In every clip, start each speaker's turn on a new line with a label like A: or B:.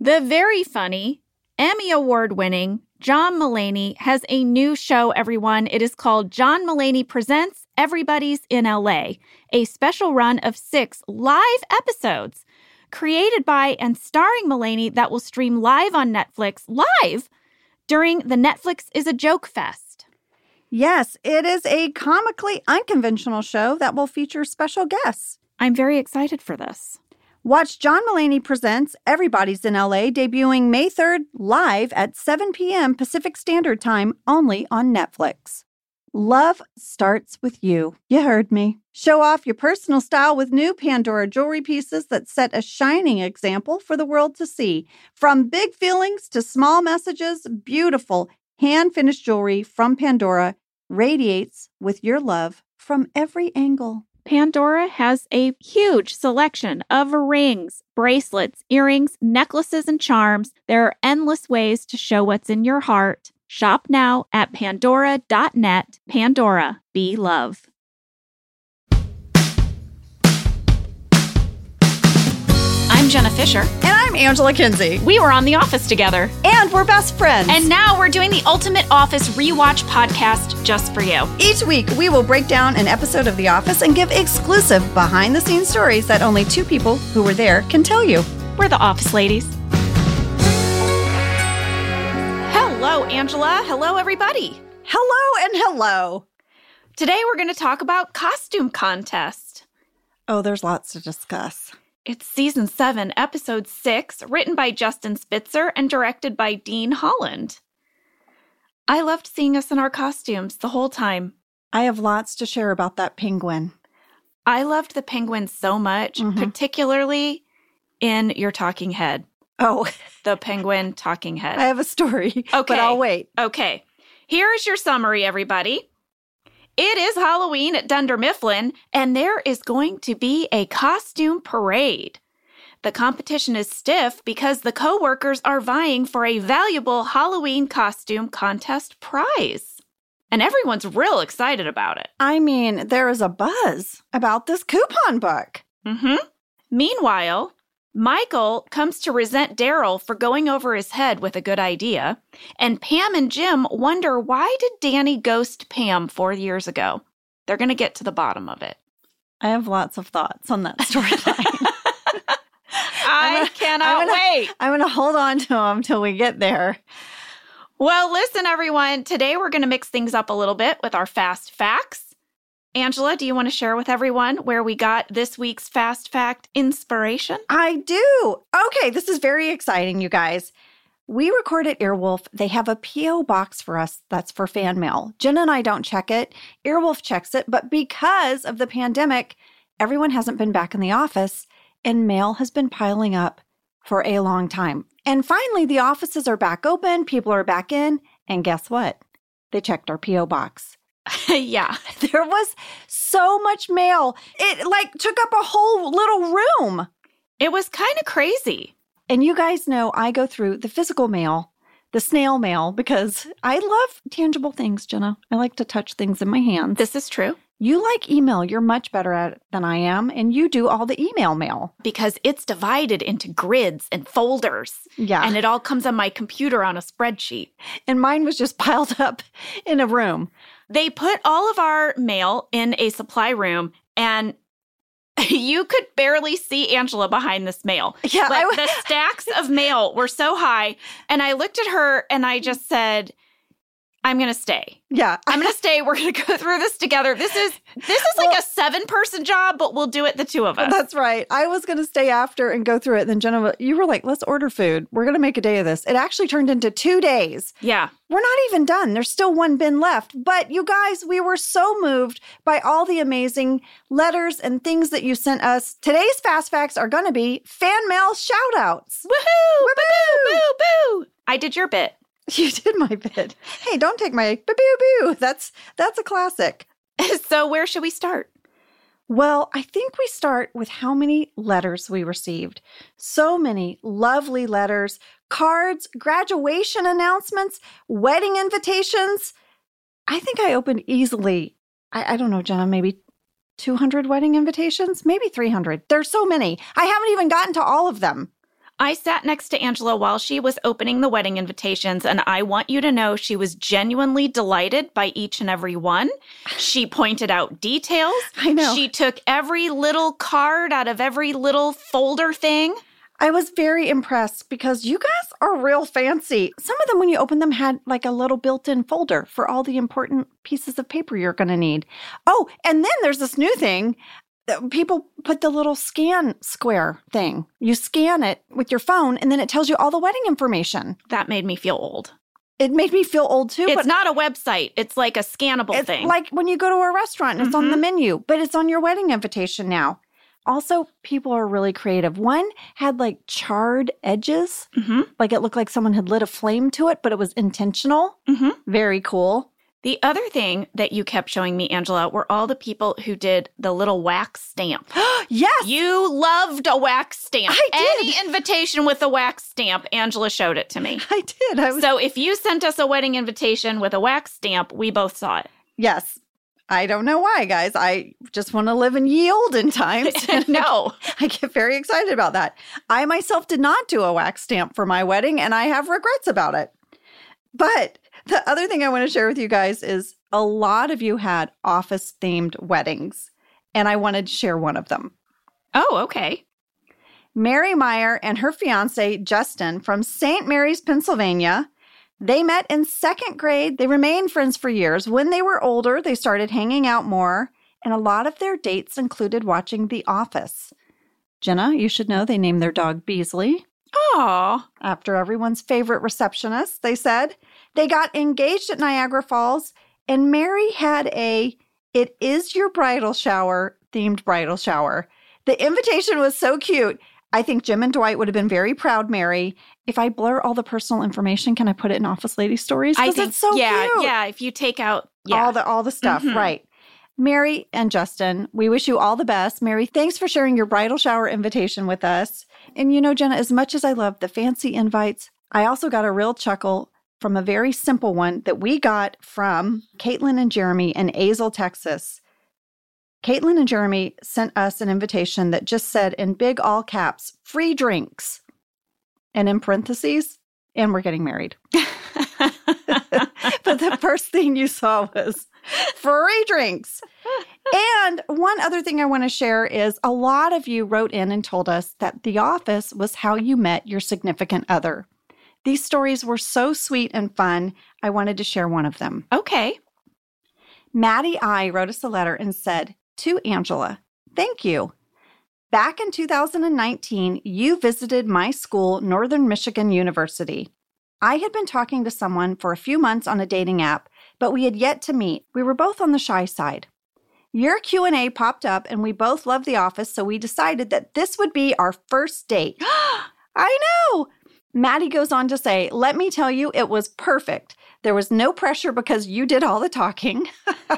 A: The very funny, Emmy Award winning John Mullaney has a new show, everyone. It is called John Mullaney Presents Everybody's in LA, a special run of six live episodes created by and starring Mullaney that will stream live on Netflix live during the Netflix is a Joke Fest.
B: Yes, it is a comically unconventional show that will feature special guests.
A: I'm very excited for this.
B: Watch John Mullaney Presents Everybody's in LA debuting May 3rd live at 7 p.m. Pacific Standard Time only on Netflix. Love starts with you. You heard me. Show off your personal style with new Pandora jewelry pieces that set a shining example for the world to see. From big feelings to small messages, beautiful hand finished jewelry from Pandora radiates with your love from every angle.
A: Pandora has a huge selection of rings, bracelets, earrings, necklaces, and charms. There are endless ways to show what's in your heart. Shop now at pandora.net. Pandora, be love. I'm Jenna Fisher.
B: And I'm Angela Kinsey.
A: We were on The Office together.
B: And we're best friends.
A: And now we're doing the Ultimate Office Rewatch podcast just for you.
B: Each week, we will break down an episode of The Office and give exclusive behind the scenes stories that only two people who were there can tell you.
A: We're the office ladies. Hello, Angela. Hello, everybody.
B: Hello and hello.
A: Today we're going to talk about costume contest.
B: Oh, there's lots to discuss.
A: It's season seven, episode six, written by Justin Spitzer and directed by Dean Holland. I loved seeing us in our costumes the whole time.
B: I have lots to share about that penguin.
A: I loved the penguin so much,
B: Mhm.
A: particularly in your talking head,
B: Oh,
A: the penguin talking head.
B: I have a story.
A: Okay.
B: But I'll wait.
A: Okay, here is your summary, everybody. It is Halloween at Dunder Mifflin, and there is going to be a costume parade. The competition is stiff because the coworkers are vying for a valuable Halloween costume contest prize. And everyone's real excited about it.
B: I mean, there is a buzz about this coupon book.
A: Mm-hmm. Meanwhile, Michael comes to resent Daryl for going over his head with a good idea, and Pam and Jim wonder why did Danny ghost Pam four years ago? They're going to get to the bottom of it.
B: I have lots of thoughts on that storyline.
A: I
B: gonna-
A: cannot
B: I'm gonna-
A: wait.
B: I'm going to hold on to them till we get there.
A: Well, listen, everyone. Today we're going to mix things up a little bit with our fast facts. Angela, do you want to share with everyone where we got this week's fast fact inspiration?
B: I do. Okay, this is very exciting, you guys. We record at Earwolf. They have a P.O. box for us that's for fan mail. Jen and I don't check it, Earwolf checks it, but because of the pandemic, everyone hasn't been back in the office and mail has been piling up for a long time. And finally, the offices are back open, people are back in, and guess what? They checked our P.O. box
A: yeah.
B: there was so much mail. It like took up a whole little room.
A: It was kind of crazy.
B: And you guys know I go through the physical mail, the snail mail, because I love tangible things, Jenna. I like to touch things in my hands.
A: This is true.
B: You like email. You're much better at it than I am. And you do all the email mail.
A: because it's divided into grids and folders,
B: Yeah.
A: and
B: And,
A: it all comes on my computer on a spreadsheet.
B: and mine was just piled up in a room.
A: They put all of our mail in a supply room, and you could barely see Angela behind this mail.
B: Yeah. I
A: Like
B: w-
A: the stacks of mail were so high, and I looked at her and I just said, "I'm going to stay.
B: yeah.
A: I'm going to stay. We're going to go through this together. This is this is like
B: Well-
A: a seven person job, but we'll do it the two of us."
B: That's right. I was going to stay after and go through it. Then Jenna, wa- you were like, let's order food. We're going to make a day of this. It actually turned into two days.
A: Yeah.
B: We're not even done. There's still one bin left. But you guys, we were so moved by all the amazing letters and things that you sent us. Today's fast facts are going to be fan mail shout outs.
A: Woohoo! Boo boo boo! I did your bit.
B: You did my bit. Hey, don't take my boo boo boo. That's that's a classic.
A: so where should we start?
B: Well, I think we start with how many letters we received. So many lovely letters, cards, graduation announcements, wedding invitations. I think I opened easily, I, I don't know, Jenna, maybe 200 wedding invitations, maybe 300. There's so many. I haven't even gotten to all of them.
A: I sat next to Angela while she was opening the wedding invitations, and I want you to know she was genuinely delighted by each and every one. She pointed out details.
B: I know.
A: She took every little card out of every little folder thing.
B: I was very impressed because you guys are real fancy. Some of them, when you open them, had like a little built in folder for all the important pieces of paper you're going to need. Oh, and then there's this new thing. that People put the little scan square thing. You scan it with your phone, and then it tells you all the wedding information.
A: That made me feel old.
B: It made me feel old too,
A: It's
B: but
A: not a website, it's like a scannable
B: it's
A: thing. Mm-hmm.
B: like when you go to a restaurant and it's on the menu, but it's on your wedding invitation now. Also, people are really creative. One had like charred edges.
A: Mhm.
B: Like it looked like someone had lit a flame to it, but it was intentional.
A: Mhm.
B: Very cool.
A: The other thing that you kept showing me, Angela, were all the people who did the little wax stamp.
B: Yes.
A: You loved a wax stamp.
B: I did.
A: Any invitation with a wax stamp, Angela showed it to me.
B: I did. I was
A: So if you sent us a wedding invitation with a wax stamp, we both saw it.
B: yes. I don't know why, guys. I just want to live in ye olden times.
A: no.
B: I get very excited about that. I myself did not do a wax stamp for my wedding, and I have regrets about it. But the other thing I want to share with you guys is a lot of you had office themed weddings, and I wanted to share one of them.
A: Oh, okay.
B: Mary Meyer and her fiance Justin from St. Mary's, Pennsylvania. They met in second grade. They remained friends for years. When they were older, they started hanging out more, and a lot of their dates included watching The Office. Jenna, you should know they named their dog Beasley
A: Oh,
B: after everyone's favorite receptionist, they said. They got engaged at Niagara Falls, and Mary had a It Is Your Bridal Shower themed bridal shower. The invitation was so cute. I think Jim and Dwight would have been very proud, Mary. If I blur all the personal information, can I put it in Office Lady Stories?
A: I
B: 'Cause
A: think
B: it's so
A: Yeah,
B: cute
A: yeah. If you take out, yeah,
B: all the all the stuff
A: Mhm.
B: right mary and justin we wish you all the best mary thanks for sharing your bridal shower invitation with us and you know jenna as much as i love the fancy invites i also got a real chuckle from a very simple one that we got from caitlin and jeremy in azle texas caitlin and jeremy sent us an invitation that just said in big all caps free drinks and in parentheses and we're getting married but the first thing you saw was free drinks. And one other thing I want to share is a lot of you wrote in and told us that The Office was how you met your significant other. These stories were so sweet and fun. I wanted to share one of them.
A: okay.
B: Maddie I wrote us a letter and said, To Angela, thank you. Back in 2019, you visited my school, Northern Michigan University. I had been talking to someone for a few months on a dating app, but we had yet to meet. We were both on the shy side. Your Q&A popped up and we both loved The Office, so we decided that this would be our first date. I know. Maddie goes on to say, Let me tell you, it was perfect. There was no pressure because you did all the talking.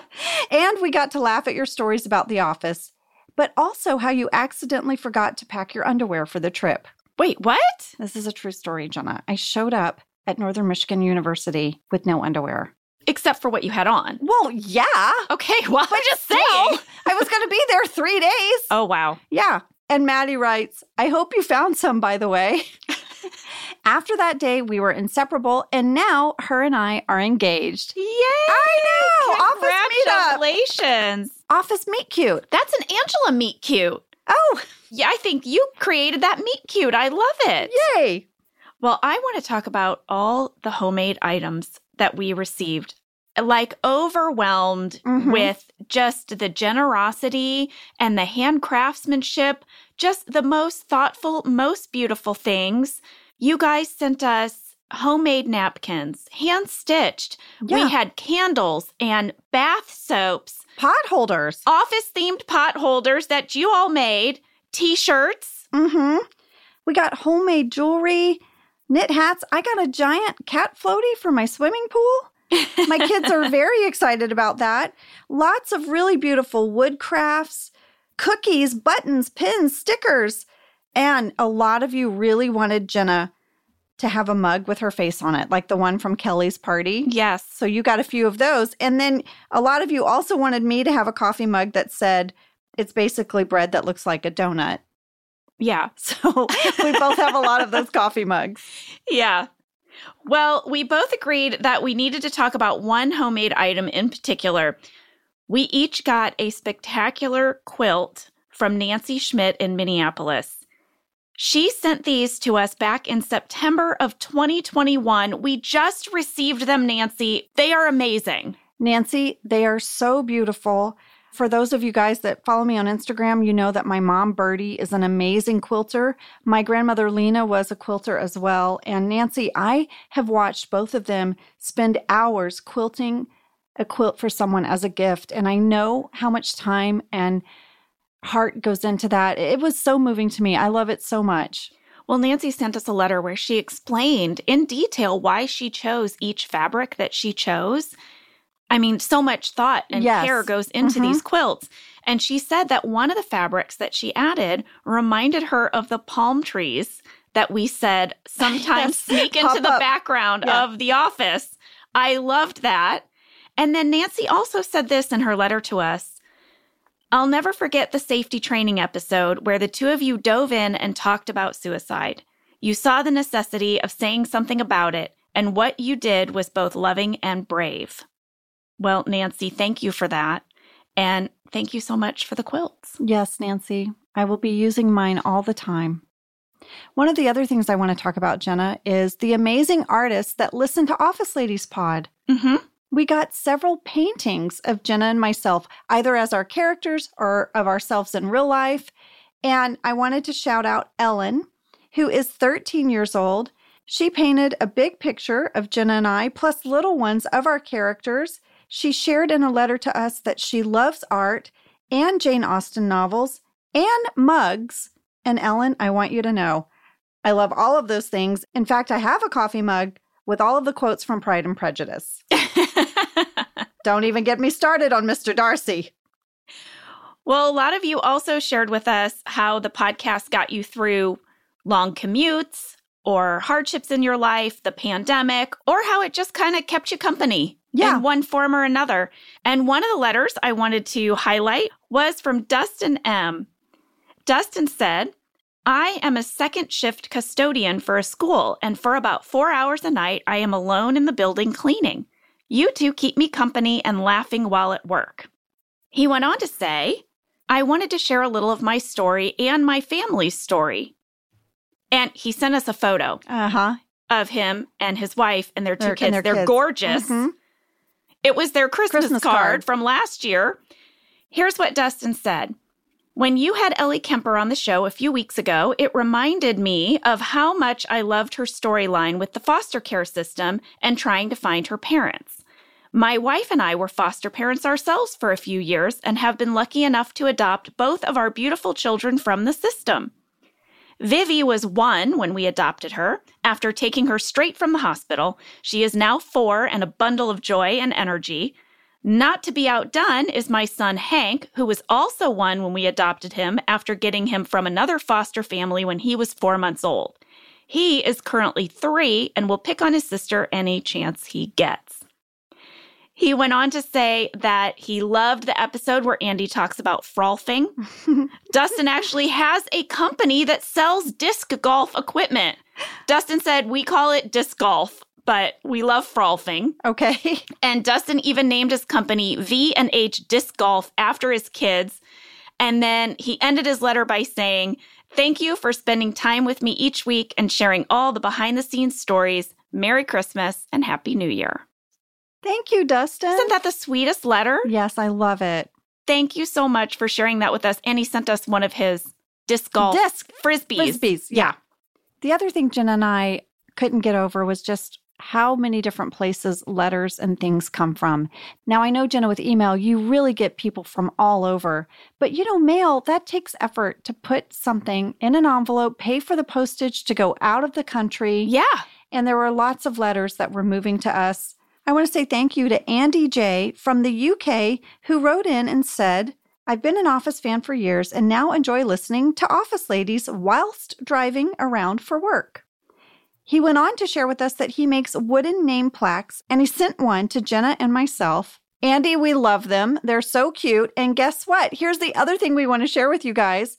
B: and we got to laugh at your stories about the office, but also how you accidentally forgot to pack your underwear for the trip.
A: Wait, what?
B: This is a true story, Jenna. I showed up at Northern Michigan University with no underwear.
A: Except for what you had on.
B: Well, yeah.
A: Okay, well, I'm just saying.
B: Well, I was going to be there three days.
A: Oh, wow.
B: Yeah. And Maddie writes, I hope you found some, by the way. After that day, we were inseparable, and now her and I are engaged.
A: Yay! Oh,
B: I know. Office meetup.
A: Congratulations.
B: Office meet cute.
A: That's an Angela meet cute.
B: Oh,
A: Yeah, I think you created that meet cute. I love it.
B: yay.
A: Well, I want to talk about all the homemade items that we received. Like overwhelmed
B: Mhm.
A: with just the generosity and the hand craftsmanship, just the most thoughtful, most beautiful things. You guys sent us homemade napkins, hand stitched.
B: Yeah.
A: We had candles and bath soaps,
B: Pot holders.
A: office themed pot holders that you all made, t shirts.
B: Mm-hmm. We got homemade jewelry, knit hats. I got a giant cat floaty for my swimming pool. My kids are very excited about that. Lots of really beautiful wood crafts, cookies, buttons, pins, stickers. And a lot of you really wanted Jenna to have a mug with her face on it, like the one from Kelly's party.
A: Yes.
B: So you got a few of those. And then a lot of you also wanted me to have a coffee mug that said, it's basically bread that looks like a donut.
A: Yeah.
B: So we both have a lot of those coffee mugs.
A: Yeah. Well, we both agreed that we needed to talk about one homemade item in particular. We each got a spectacular quilt from Nancy Schmidt in Minneapolis. She sent these to us back in September of 2021. We just received them, Nancy. They are amazing.
B: Nancy, they are so beautiful. For those of you guys that follow me on Instagram, you know that my mom, Birdie, is an amazing quilter. My grandmother, Lena, was a quilter as well. And Nancy, I have watched both of them spend hours quilting a quilt for someone as a gift. And I know how much time and heart goes into that. It was so moving to me. I love it so much.
A: Well, Nancy sent us a letter where she explained in detail why she chose each fabric that she chose. I mean, so much thought and
B: Yes.
A: care goes into
B: Mhm.
A: these quilts. And she said that one of the fabrics that she added reminded her of the palm trees that we said sometimes
B: Yes.
A: sneak into
B: Pop
A: the
B: up.
A: background
B: Yeah.
A: of the office. I loved that. And then Nancy also said this in her letter to us I'll never forget the safety training episode where the two of you dove in and talked about suicide. You saw the necessity of saying something about it, and what you did was both loving and brave. Well, Nancy, thank you for that. And thank you so much for the quilts.
B: Yes, Nancy, I will be using mine all the time. One of the other things I want to talk about, Jenna, is the amazing artists that listen to Office Ladies Pod.
A: Mm-hmm.
B: We got several paintings of Jenna and myself, either as our characters or of ourselves in real life. And I wanted to shout out Ellen, who is 13 years old. She painted a big picture of Jenna and I, plus little ones of our characters. She shared in a letter to us that she loves art and Jane Austen novels and mugs. And Ellen, I want you to know, I love all of those things. In fact, I have a coffee mug with all of the quotes from Pride and Prejudice. Don't even get me started on Mr. Darcy.
A: well, a lot of you also shared with us how the podcast got you through long commutes or hardships in your life, the pandemic, or how it just kind of kept you company
B: Yeah.
A: in one form or another. And one of the letters I wanted to highlight was from Dustin M. Dustin said, I am a second shift custodian for a school, and for about four hours a night, I am alone in the building cleaning. You two keep me company and laughing while at work. He went on to say, I wanted to share a little of my story and my family's story. And he sent us a photo
B: Uh huh.
A: Uh-huh. of him and his wife and their two
B: Their- and
A: kids.
B: their
A: They're
B: kids. Mm-hmm.
A: gorgeous. It was their Christmas,
B: Christmas
A: card,
B: card.
A: from last year. Here's what Dustin said. When you had Ellie Kemper on the show a few weeks ago, it reminded me of how much I loved her storyline with the foster care system and trying to find her parents. My wife and I were foster parents ourselves for a few years and have been lucky enough to adopt both of our beautiful children from the system. Vivi was one when we adopted her. After taking her straight from the hospital, she is now four and a bundle of joy and energy. Not to be outdone is my son Hank, who was also one when we adopted him after getting him from another foster family when he was four months old. He is currently three and will pick on his sister any chance he gets. He went on to say that he loved the episode where Andy talks about frolfing. Dustin actually has a company that sells disc golf equipment. Dustin said, We call it disc golf, but we love frolfing.
B: Okay.
A: And Dustin even named his company V and H Disc Golf after his kids. And then he ended his letter by saying, Thank you for spending time with me each week and sharing all the behind the scenes stories. Merry Christmas and Happy New Year.
B: Thank you, Dustin.
A: Isn't that the sweetest letter?
B: yes, I love it.
A: Thank you so much for sharing that with us. And he sent us one of his disc golf
B: Disc
A: frisbees.
B: frisbees. Yeah. The other thing Jen and I couldn't get over was just how many different places letters and things come from. Now, I know, Jenna, with email, you really get people from all over, but you know, mail, that takes effort to put something in an envelope, pay for the postage to go out of the country.
A: Yeah.
B: and there were lots of letters that were moving to us. I want to say thank you to Andy J from the UK who wrote in and said, I've been an office fan for years and now enjoy listening to Office Ladies whilst driving around for work. He went on to share with us that he makes wooden name plaques and he sent one to Jenna and myself. Andy, we love them. They're so cute. And guess what? Here's the other thing we want to share with you guys.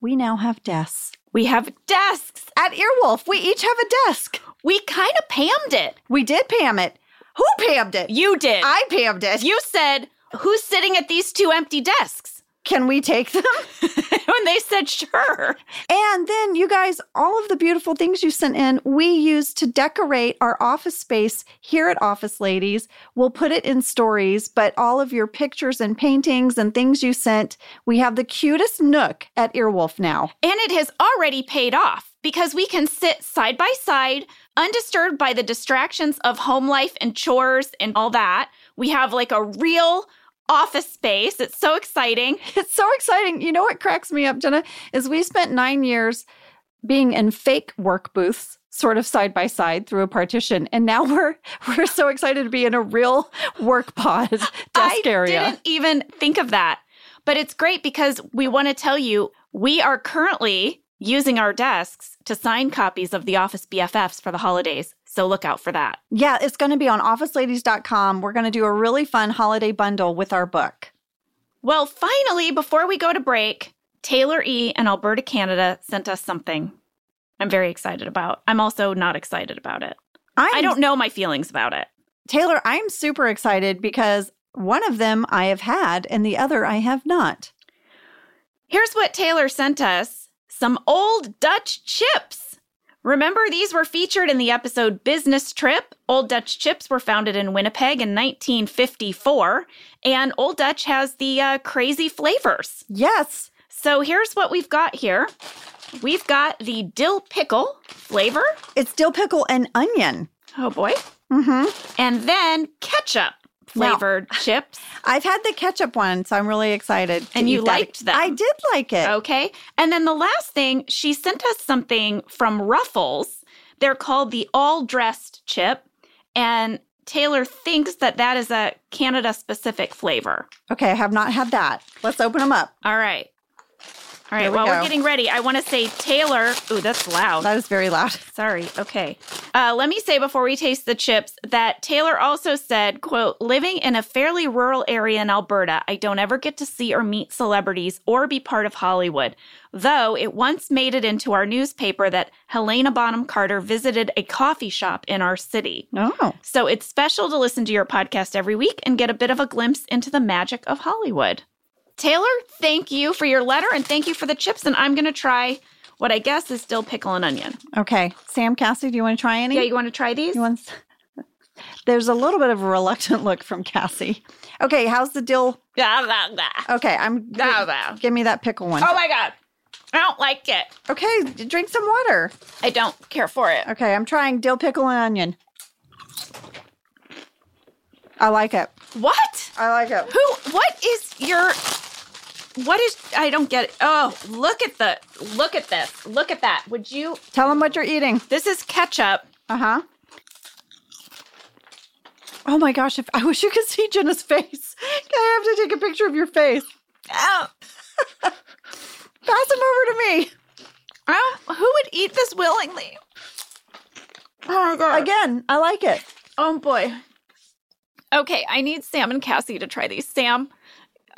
B: We now have desks.
A: We have desks.
B: At Earwolf, we each have a desk.
A: We kind of pammed it.
B: We did pam it. Who pammed it?
A: You did.
B: I pammed it.
A: you said, Who's sitting at these two empty desks?
B: Can we take them?
A: and they said, Sure.
B: And then, you guys, all of the beautiful things you sent in, we use to decorate our office space here at Office Ladies. We'll put it in stories, but all of your pictures and paintings and things you sent, we have the cutest nook at Earwolf now.
A: And it has already paid off because we can sit side by side, undisturbed by the distractions of home life and chores and all that. We have like a real office space. It's so exciting.
B: It's so exciting. You know what cracks me up, Jenna, is we spent nine years being in fake work booths, sort of side by side through a partition, and now we're we're so excited to be in a real work pod desk
A: I
B: area.
A: didn't even think of that. But it's great because we want to tell you we are currently using our desks to sign copies of the Office BFFs for the holidays. So look out for that.
B: Yeah, it's going to be on officeladies.com. We're going to do a really fun holiday bundle with our book.
A: Well, finally, before we go to break, Taylor E. and Alberta, Canada sent us something I'm very excited about. I'm also not excited about it.
B: I'm,
A: I don't know my feelings about it.
B: Taylor, I'm super excited because one of them I have had and the other I have not.
A: Here's what Taylor sent us some old Dutch chips. Remember, these were featured in the episode Business Trip. Old Dutch chips were founded in Winnipeg in 1954, and Old Dutch has the uh, crazy flavors.
B: Yes.
A: So here's what we've got here we've got the dill pickle flavor.
B: It's dill pickle and onion.
A: Oh boy.
B: Mhm.
A: And then ketchup flavored chips.
B: I've had the ketchup one, so I'm really excited. to
A: And you
B: eat that.
A: liked them. Oh.
B: I did like it.
A: Okay. And then the last thing, she sent us something from Ruffles. They're called the all dressed chip. And Taylor thinks that that is a Canada specific flavor.
B: Okay, I have not had that. Let's open them up.
A: All right. All right.
B: Here we
A: while
B: go.
A: we're getting ready, I want to say Taylor. Ooh, that's loud.
B: That is very loud.
A: Sorry. Okay. Uh, let me say before we taste the chips that Taylor also said, quote, living in a fairly rural area in Alberta, I don't ever get to see or meet celebrities or be part of Hollywood, though it once made it into our newspaper that Helena Bonham Carter visited a coffee shop in our city.
B: Oh.
A: So it's special to listen to your podcast every week and get a bit of a glimpse into the magic of Hollywood. Taylor, thank you for your letter and thank you for the chips. And I'm going to try what I guess is still pickle and onion.
B: Okay. Sam Cassie, do you want to try any?
A: Yeah, you want to try these?
B: You want s- There's a little bit of a reluctant look from Cassie. Okay, how's the dill?
A: Blah, blah, blah.
B: Okay, I'm
A: Blah, blah.
B: Give me that pickle one.
A: Oh my god. I don't like it.
B: Okay, d- drink some water.
A: I don't care for it.
B: Okay, I'm trying dill pickle and onion. I like it.
A: What?
B: I like it.
A: Who what is your what is I don't get it. Oh, look at the look at this. Look at that. Would you
B: Tell them what you're eating.
A: This is ketchup.
B: Uh huh. Oh my gosh! If I wish you could see Jenna's face. I have to take a picture of your face.
A: Oh.
B: Pass them over to me
A: oh who would eat this willingly? Oh my god.
B: again. I like it.
A: oh boy. Okay, I need Sam and Cassie to try these. Sam.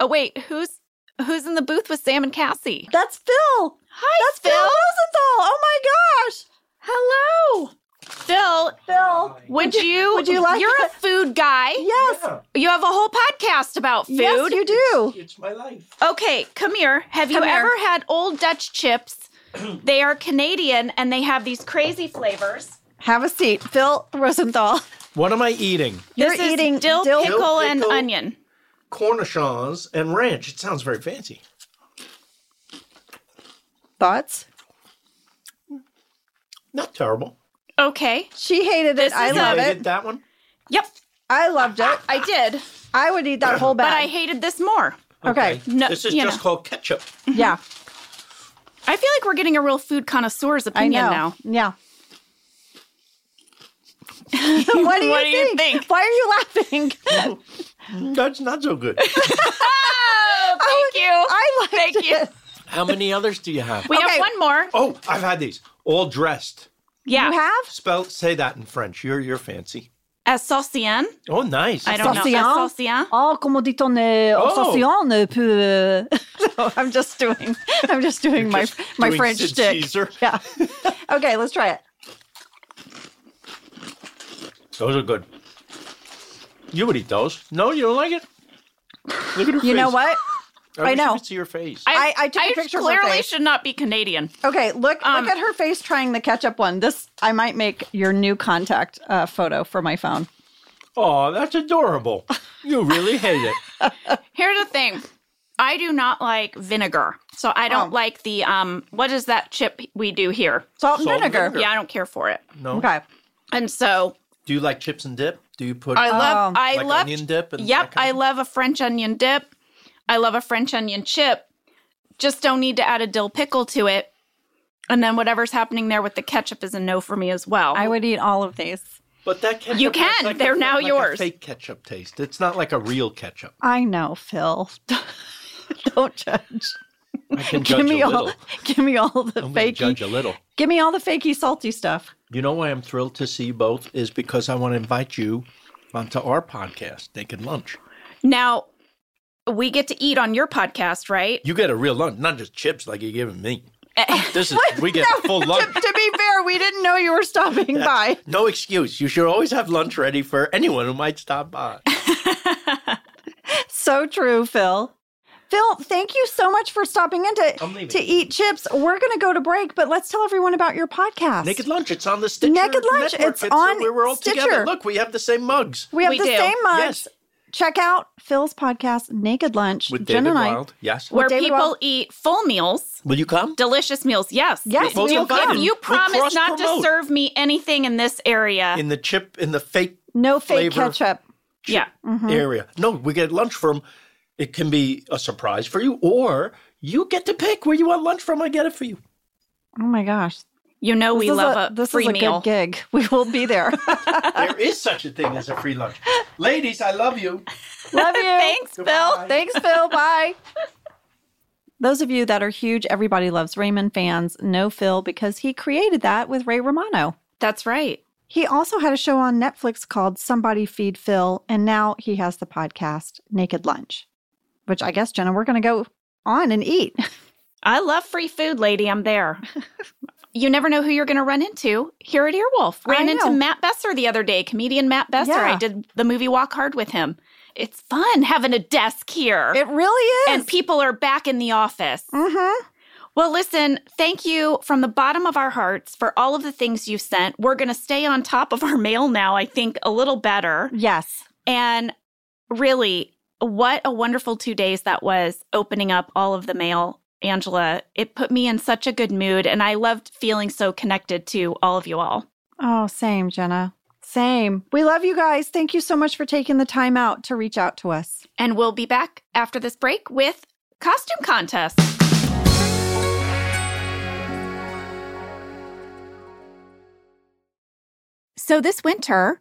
A: Oh wait, who's who's in the booth with Sam and Cassie?
B: That's Phil.
A: Hi,
B: That's Phil Rosenthal. Oh my gosh.
A: Hello. Phil,
B: Phil.
A: would you
B: would you like
A: You're
B: it?
A: a food guy.
B: Yes.
C: Yeah,
A: You have a whole podcast about food.
B: Yes, you do.
C: it's my life.
A: okay, come here. Have
B: Come
A: you
B: here.
A: ever had old Dutch chips? they are Canadian and they have these crazy flavors.
B: Have a seat. Phil Rosenthal.
C: What am I eating?
B: You're
A: this is
B: eating
A: dill,
B: dill-
A: pickle,
C: Dill
A: and
C: pickle.
A: onion.
C: Cornichons and ranch. It sounds very fancy.
B: Thoughts?
C: Not terrible.
A: Okay.
B: She hated it.
A: This
B: I
A: is
C: You
B: love
C: hated
B: it.
C: That one.
A: Yep,
B: I loved it.
A: I did,
B: I would eat that whole bag.
A: but I hated this more.
B: Okay.
A: No,
C: this is
A: you
C: just
A: know.
C: called ketchup.
B: yeah.
A: I feel like we're getting a real food connoisseur's
B: I
A: opinion
B: know.
A: now.
B: Yeah. what do you,
A: What do
B: think?
A: you think?
B: Why are you laughing?
C: That's not so good.
A: Oh, thank you.
B: I liked
A: Thank
B: it.
A: you.
C: How many others do you have?
A: we
B: Okay.
A: have one more.
C: Oh, I've had these. All dressed.
A: Yeah.
B: You have?
C: Spell say that in French. You're you're fancy.
A: Association.
C: Oh, nice.
A: I don't know.
B: Association?
A: Association.
B: Oh, comment dit-on euh,
C: Oh.
B: association ne peut. No, I'm just doing. I'm just doing my
C: Just
B: my
C: doing
B: French
C: Sid
B: stick.
C: Caesar.
B: Yeah. Okay, let's try it.
C: Those are good. You would eat those. No, you don't like it? Look at her
B: You know
C: face.
B: what? I
C: I, wish you
B: know.
C: could see your face.
B: I- I took a picture of her
A: clearly
B: face.
A: should not be Canadian.
B: Okay, look
A: Um,
B: look at her face trying the ketchup one. This I might make your new contact uh, photo for my phone.
C: oh, that's adorable. You really hate it.
A: Here's the thing. I do not like vinegar. So I don't
B: Oh.
A: like the um what is that chip we do here?
B: Salt and
C: Salt and
B: vinegar.
C: vinegar.
A: Yeah, I don't care for it.
C: No.
B: Okay.
A: And so
C: Do you like chips and dip? Do you put
A: I love
B: Oh.
A: I
C: like
A: love
C: onion dip? And
A: Yep,
C: that
A: I
C: kind of-
A: love a French onion dip. I love a French onion chip. Just don't need to add a dill pickle to it. And then whatever's happening there with the ketchup is a no for me as well.
B: I would eat all of these.
C: But that ketchup.
A: You
C: has
A: can.
C: like a-
A: They're now
C: like a
A: yours.
C: fake ketchup taste. It's not like a real ketchup.
B: I know, Phil. Don't judge.
C: I can judge
B: Give me
C: a
B: all.
C: little.
B: Give me all the
C: I'm going to judge
B: fakey.
C: a little.
B: Give me all the fakey salty stuff.
C: You know why I'm thrilled to see you both is because I want to invite you onto our podcast, Naked Lunch.
A: now we get to eat on your podcast, right?
C: You get a real lunch, not just chips like you're giving me. This is we get a full lunch.
B: to be fair, we didn't know you were stopping by.
C: No excuse. You should always have lunch ready for anyone who might stop by.
B: So true, Phil. Phil, thank you so much for stopping in
C: I'm
B: to,
C: leaving.
B: to eat chips. We're going to go to break, but let's tell everyone about your podcast.
C: Naked Lunch. It's on the Stitcher.
B: Naked Lunch,
C: Network.
B: it's on
C: where we're all
B: Stitcher.
C: together. Look, we have the same mugs.
B: we have
A: We
B: the
A: do.
B: same mugs.
C: Yes.
B: Check out Phil's podcast, Naked Lunch.
C: With
B: Jen
C: David
B: and I.
C: Wild. Yes.
A: Where
B: David
A: people
B: Wild-
A: eat full meals,
C: Will you come?
A: delicious meals. Yes.
B: Yes,
A: If
B: we
A: you,
B: will come.
A: if you
C: We
A: promise not to
C: cross-promote.
A: serve me anything in this area.
C: In the chip, in the fake
B: No fake
C: Flavor.
B: ketchup.
A: yeah.
B: Mm-hmm.
C: area. No, we get lunch from. It can be a surprise for you, or you get to pick where you want lunch from. I get it for you.
B: Oh my gosh.
A: You know we
B: this
A: love
B: is
A: a,
B: a, this
A: free
B: is a
A: meal.
B: good gig. We will be there.
C: there is such a thing as a free lunch. Ladies, I love you.
B: Love you.
A: Thanks, Bill.
B: Thanks, Phil. Bye. Those of you that are huge Everybody Loves Raymond fans know Phil because he created that with Ray Romano.
A: That's right.
B: He also had a show on Netflix called Somebody Feed Phil, and now he has the podcast Naked Lunch, which I guess, Jenna, we're going to go on and eat.
A: I love free food, lady. I'm there. you never know who you're going to run into here at Earwolf.
B: I
A: Ran into
B: know.
A: Matt Besser the other day, comedian Matt Besser.
B: Yeah.
A: I did the movie Walk Hard with him. It's fun having a desk here.
B: It really is.
A: and people are back in the office.
B: Mhm.
A: Well, listen, thank you from the bottom of our hearts for all of the things you've sent. We're going to stay on top of our mail now, I think, a little better.
B: Yes.
A: And really, what a wonderful two days that was opening up all of the mail, Angela. It put me in such a good mood, and I loved feeling so connected to all of you all.
B: Oh, same, Jenna. Same. We love you guys. Thank you so much for taking the time out to reach out to us.
A: And we'll be back after this break with costume contest. So this winter,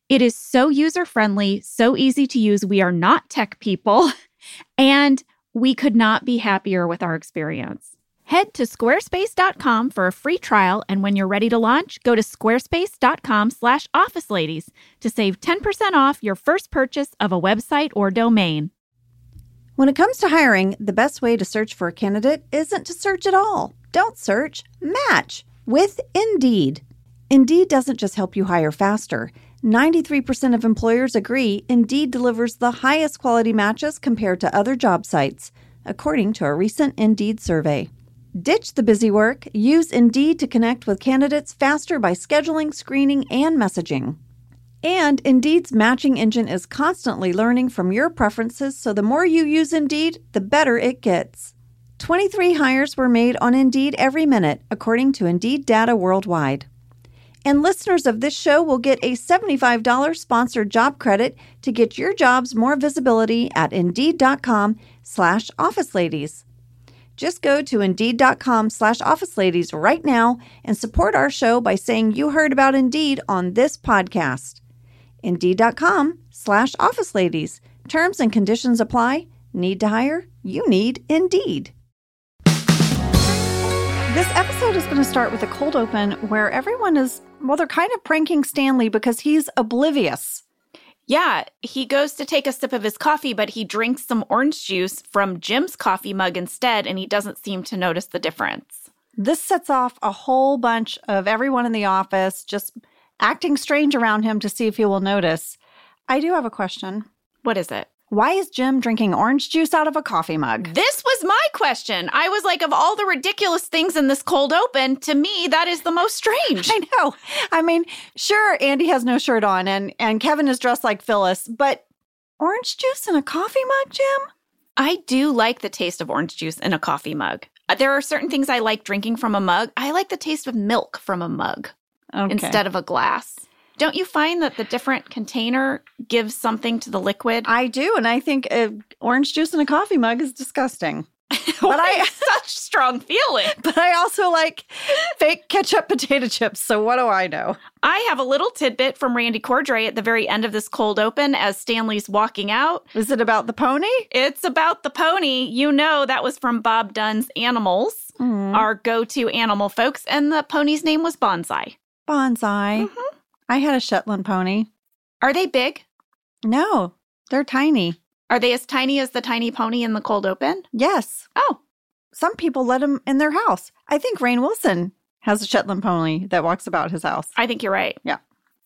A: it is so user friendly, so easy to use. We are not tech people, and We could not be happier with our experience. Head to squarespace.com for a free trial, and when you're ready to launch, go to squarespace.com/officeladies to save 10% off your first purchase of a website or domain.
B: When it comes to hiring, the best way to search for a candidate isn't to search at all. Don't search, match with Indeed. Indeed doesn't just help you hire faster. 93% of employers agree Indeed delivers the highest quality matches compared to other job sites, according to a recent Indeed survey. Ditch the busy work. Use Indeed to connect with candidates faster by scheduling, screening, and messaging. And Indeed's matching engine is constantly learning from your preferences, so the more you use Indeed, the better it gets. 23 hires were made on Indeed every minute, according to Indeed data worldwide. And listeners of this show will get a $75 sponsored job credit to get your jobs more visibility at Indeed.com slash Office Ladies. Just go to Indeed.com slash Office Ladies right now and support our show by saying you heard about Indeed on this podcast. Indeed.com slash Office Ladies. Terms and conditions apply. Need to hire? You need Indeed. This episode is going to start with a cold open where everyone is, well, they're kind of pranking Stanley because he's oblivious.
A: Yeah, he goes to take a sip of his coffee, but he drinks some orange juice from Jim's coffee mug instead, and he doesn't seem to notice the difference.
B: This sets off a whole bunch of everyone in the office just acting strange around him to see if he will notice. I do have a question.
A: What is it?
B: Why is Jim drinking orange juice out of a coffee mug?
A: This was my question. I was like, of all the ridiculous things in this cold open, to me, that is the most strange.
B: I know. I mean, sure, Andy has no shirt on and, and Kevin is dressed like Phyllis, but orange juice in a coffee mug, Jim?
A: I do like the taste of orange juice in a coffee mug. Uh, There are certain things I like drinking from a mug. I like the taste of milk from a mug
B: Okay.
A: instead of a glass. Don't you find that the different container gives something to the liquid?
B: I do, and I think uh, orange juice in a coffee mug is disgusting.
A: but
B: I-
A: such strong feeling.
B: But I also like fake ketchup potato chips, so what do I know?
A: I have a little tidbit from Randy Cordray at the very end of this cold open as Stanley's walking out.
B: Is it about the pony?
A: It's about the pony. You know that was from Bob Dunn's Animals,
B: Mm-hmm.
A: our go-to animal folks, and the pony's name was Bonsai.
B: Bonsai. I had a Shetland pony.
A: Are they big?
B: No, they're tiny.
A: Are they as tiny as the tiny pony in the cold open?
B: Yes,
A: Oh,
B: some people let them in their house. I think Rain Wilson has a Shetland pony that walks about his house.
A: I think you're right.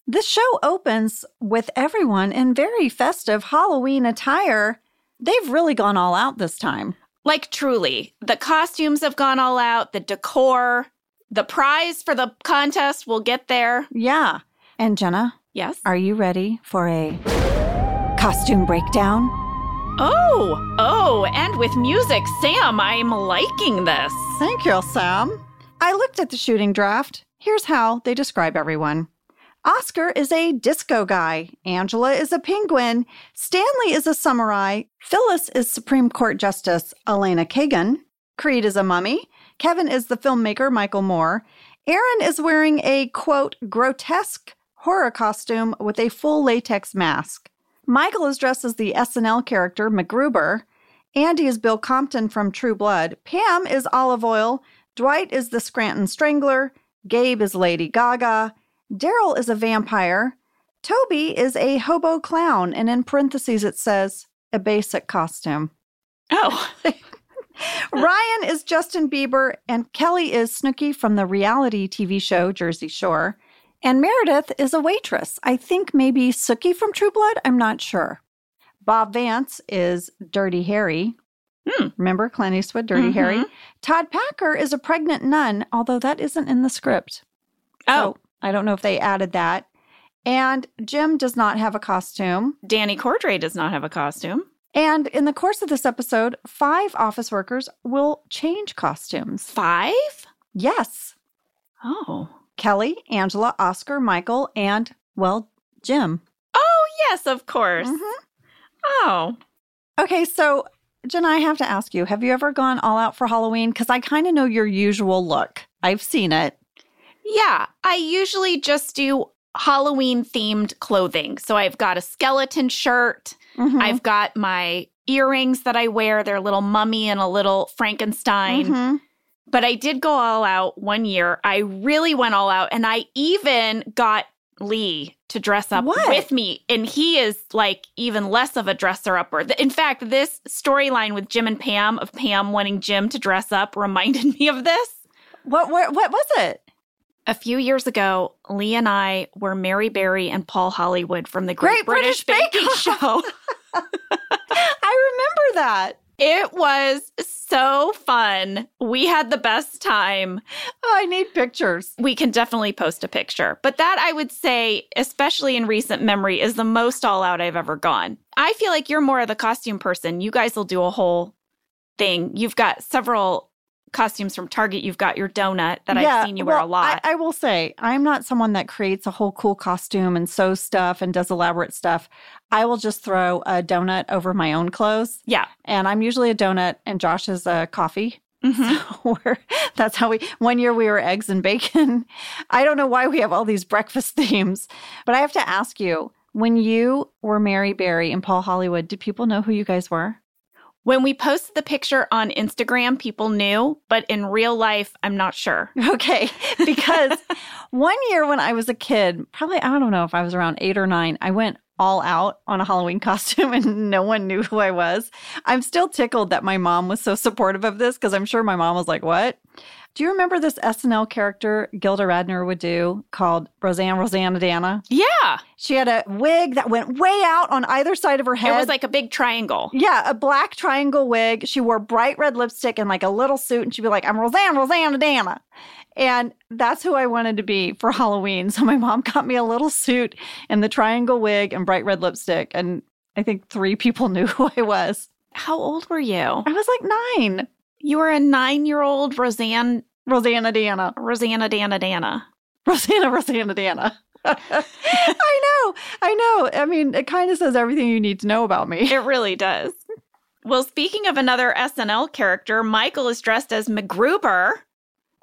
B: This show opens with everyone in very festive Halloween attire. They've really gone all out this time.
A: Like truly, the costumes have gone all out, the decor, the prize for the contest will get there.
B: Yeah. And Jenna,
A: Yes.
B: are you ready for a costume breakdown?
A: Oh, oh, and with music, Sam, I'm liking this.
B: Thank you, Sam. I looked at the shooting draft. Here's how they describe everyone Oscar is a disco guy, Angela is a penguin, Stanley is a samurai, Phyllis is Supreme Court Justice Elena Kagan, Creed is a mummy, Kevin is the filmmaker Michael Moore, Aaron is wearing a quote, grotesque horror costume with a full latex mask. Michael is dressed as the SNL character MacGruber. Andy is Bill Compton from True Blood. Pam is Olive Oil. Dwight is the Scranton Strangler. Gabe is Lady Gaga. Daryl is a vampire. Toby is a hobo clown, and in parentheses it says, a basic costume.
A: Oh,
B: Ryan is Justin Bieber, and Kelly is Snooki from the reality TV show Jersey Shore. And Meredith is a waitress. I think maybe Snooki from True Blood. I'm not sure. Bob Vance is Dirty Harry.
A: Hmm.
B: Remember Clint Eastwood, Dirty
A: Mhm.
B: Harry? Todd Packer is a pregnant nun, although that isn't in the script.
A: oh,
B: So I don't know if they added that. And Jim does not have a costume.
A: Danny Cordray does not have a costume.
B: And in the course of this episode, five office workers will change costumes.
A: Five?
B: Yes,
A: Oh.
B: Kelly, Angela, Oscar, Michael, and, well, Jim.
A: Oh, yes, of course.
B: Mhm.
A: Oh.
B: Okay, so Jenna, I have to ask you have you ever gone all out for Halloween? Because I kind of know your usual look. I've seen it.
A: Yeah, I usually just do Halloween themed clothing. So I've got a skeleton shirt,
B: Mhm.
A: I've got my earrings that I wear. They're a little mummy and a little Frankenstein.
B: Mhm.
A: But I did go all out one year. I really went all out. And I even got Lee to dress up
B: What?
A: with me. And he is like even less of a dresser upper. Th- In fact, this storyline with Jim and Pam of Pam wanting Jim to dress up reminded me of this.
B: What, what what was it?
A: A few years ago, Lee and I were Mary Berry and Paul Hollywood from the Great,
B: Great British Bake
A: Baking Show.
B: I remember that.
A: It was so fun. We had the best time.
B: Oh, I need pictures.
A: We can definitely post a picture. But that I would say, especially in recent memory, is the most all out I've ever gone. I feel like you're more of the costume person. You guys will do a whole thing. You've got several costumes from Target. You've got your donut that I've seen you wear
B: well,
A: a lot.
B: I, I will say, I'm not someone that creates a whole cool costume and sews stuff and does elaborate stuff. I will just throw a donut over my own clothes.
A: Yeah.
B: And I'm usually a donut and Josh is a coffee.
A: Mhm.
B: We're- that's how we, one year we were eggs and bacon. I don't know why we have all these breakfast themes, but I have to ask you when you were Mary Berry and Paul Hollywood, did people know who you guys were?
A: When we posted the picture on Instagram, people knew, but in real life, I'm not sure.
B: Okay. Because one year when I was a kid, probably, I don't know if I was around eight or nine, I went all out on a Halloween costume and no one knew who I was. I'm still tickled that my mom was so supportive of this because I'm sure my mom was like, what? Do you remember this SNL character Gilda Radner would do called Roseanne Rosanna Dana?
A: Yeah.
B: She had a wig that went way out on either side of her head.
A: It was like a big triangle.
B: Yeah, a black triangle wig. She wore bright red lipstick and like a little suit, and she'd be like, "I'm Roseanne, Rosanna, Dana," and that's who I wanted to be for Halloween. So my mom got me a little suit and the triangle wig and bright red lipstick, and I think three people knew who I was.
A: How old were you?
B: I was like nine,
A: You were a nine year old Roseanne,
B: Rosanna, Dana,
A: Rosanna Dana Dana.
B: Rosanna, Rosanna, Dana. I know, I know. I mean, it kind of says everything you need to know about me.
A: It really does. Well, speaking of another SNL character, Michael is dressed as MacGruber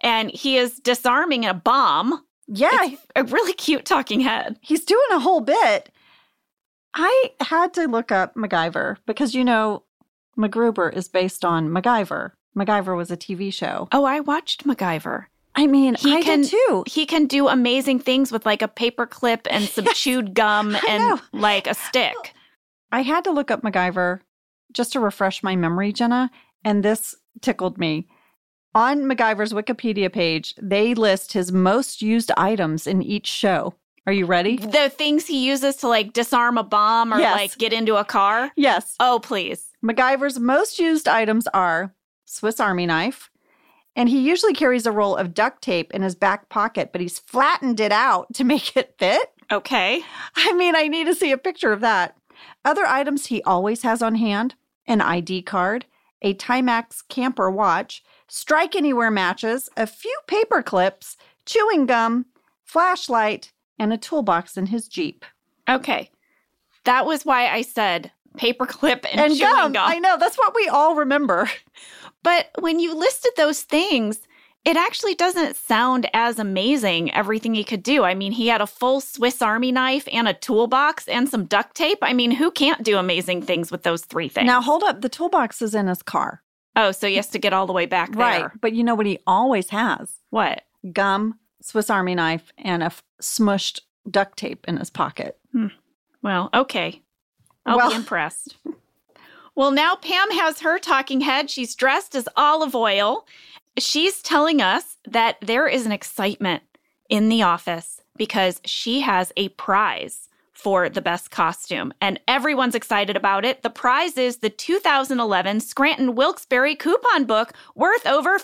A: and he is disarming a bomb.
B: Yeah,
A: It's a really cute talking head.
B: he's doing a whole bit. I had to look up MacGyver because you know MacGruber is based on MacGyver. MacGyver was a TV show.
A: Oh, I watched MacGyver.
B: I mean,
A: He
B: I
A: can-
B: did too.
A: He can do amazing things with like a paper clip and some
B: Yes.
A: chewed gum
B: I
A: and
B: know.
A: like a stick.
B: I had to look up MacGyver just to refresh my memory, Jenna, and this tickled me. On MacGyver's Wikipedia page, they list his most used items in each show. Are you ready?
A: the things he uses to like disarm a bomb or
B: Yes.
A: like get into a car.
B: Yes.
A: Oh, please.
B: MacGyver's most used items are Swiss Army knife, and he usually carries a roll of duct tape in his back pocket, but he's flattened it out to make it fit.
A: Okay.
B: I mean, I need to see a picture of that. Other items he always has on hand an ID card, a Timex camper watch, strike anywhere matches, a few paper clips, chewing gum, flashlight, and a toolbox in his Jeep.
A: Okay. That was why I said paperclip and, chewing gum.
B: I know, that's what we all remember.
A: But when you listed those things, it actually doesn't sound as amazing everything he could do. I mean, he had a full Swiss Army knife and a toolbox and some duct tape. I mean, who can't do amazing things with those three things?
B: Now, hold up. The toolbox is in his car.
A: Oh, so he has to get all the way back there.
B: But you know what he always has?
A: What?
B: Gum, Swiss Army knife, and a f- smushed duct tape in his pocket.
A: Well, okay. I'll
B: Well-
A: be impressed. well, now Pam has her talking head. She's dressed as olive oil. She's telling us that there is an excitement in the office because she has a prize for the best costume, and everyone's excited about it. The prize is the 2011 Scranton Wilkes-Barre coupon book worth over